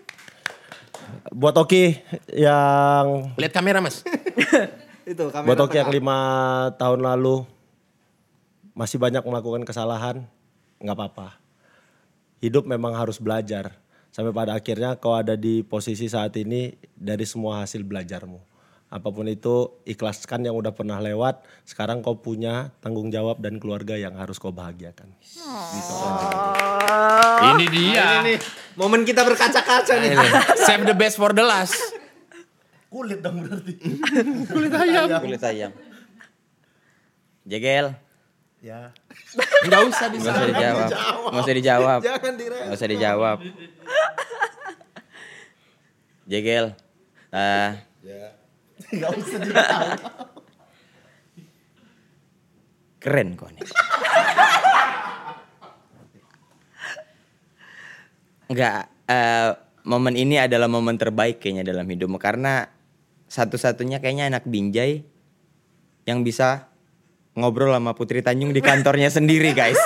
[SPEAKER 1] Buat Oki yang
[SPEAKER 3] Lihat kamera mas.
[SPEAKER 5] Itu kamera
[SPEAKER 1] buat Oki yang
[SPEAKER 5] tengah.
[SPEAKER 1] lima tahun lalu masih banyak melakukan kesalahan, nggak apa-apa. Hidup memang harus belajar. Sampai pada akhirnya kau ada di posisi saat ini dari semua hasil belajarmu. apapun itu ikhlaskan yang udah pernah lewat. Sekarang kau punya tanggung jawab dan keluarga yang harus kau bahagiakan.
[SPEAKER 3] Ini dia.
[SPEAKER 5] Nah, Ini nih, momen kita berkaca-kaca nih.
[SPEAKER 3] Save the best for the last.
[SPEAKER 1] Kulit dong berarti.
[SPEAKER 2] Kulit ayam. Jegel.
[SPEAKER 1] ya.
[SPEAKER 3] Enggak usah di
[SPEAKER 2] Gak usah dijawab. Gak usah dijawab.
[SPEAKER 1] Jangan direspon.
[SPEAKER 2] Gak usah dijawab. Jegel. Ah,
[SPEAKER 1] Gak usah direspon.
[SPEAKER 2] keren kok nih. Enggak, eh, momen ini adalah momen terbaik kayaknya dalam hidupmu karena satu-satunya kayaknya anak Binjai yang bisa ngobrol sama Putri Tanjung di kantornya (laughs) sendiri guys.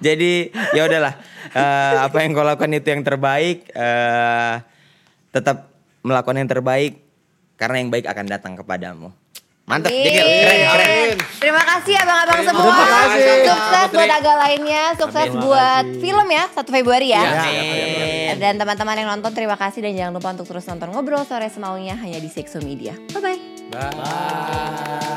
[SPEAKER 2] Jadi ya udahlah Eh, apa yang kau lakukan itu yang terbaik. eh, tetap melakukan yang terbaik karena yang baik akan datang kepadamu. Mantap, Jegel, keren, keren.
[SPEAKER 4] Terima kasih abang-abang semua.
[SPEAKER 5] Terima kasih.
[SPEAKER 4] Sukses buat agak lainnya, sukses buat film ya 1 Februari ya. Dan teman-teman yang nonton terima kasih dan jangan lupa untuk terus nonton ngobrol sore semaunya hanya di Sexo Media. Bye bye.
[SPEAKER 3] Bye.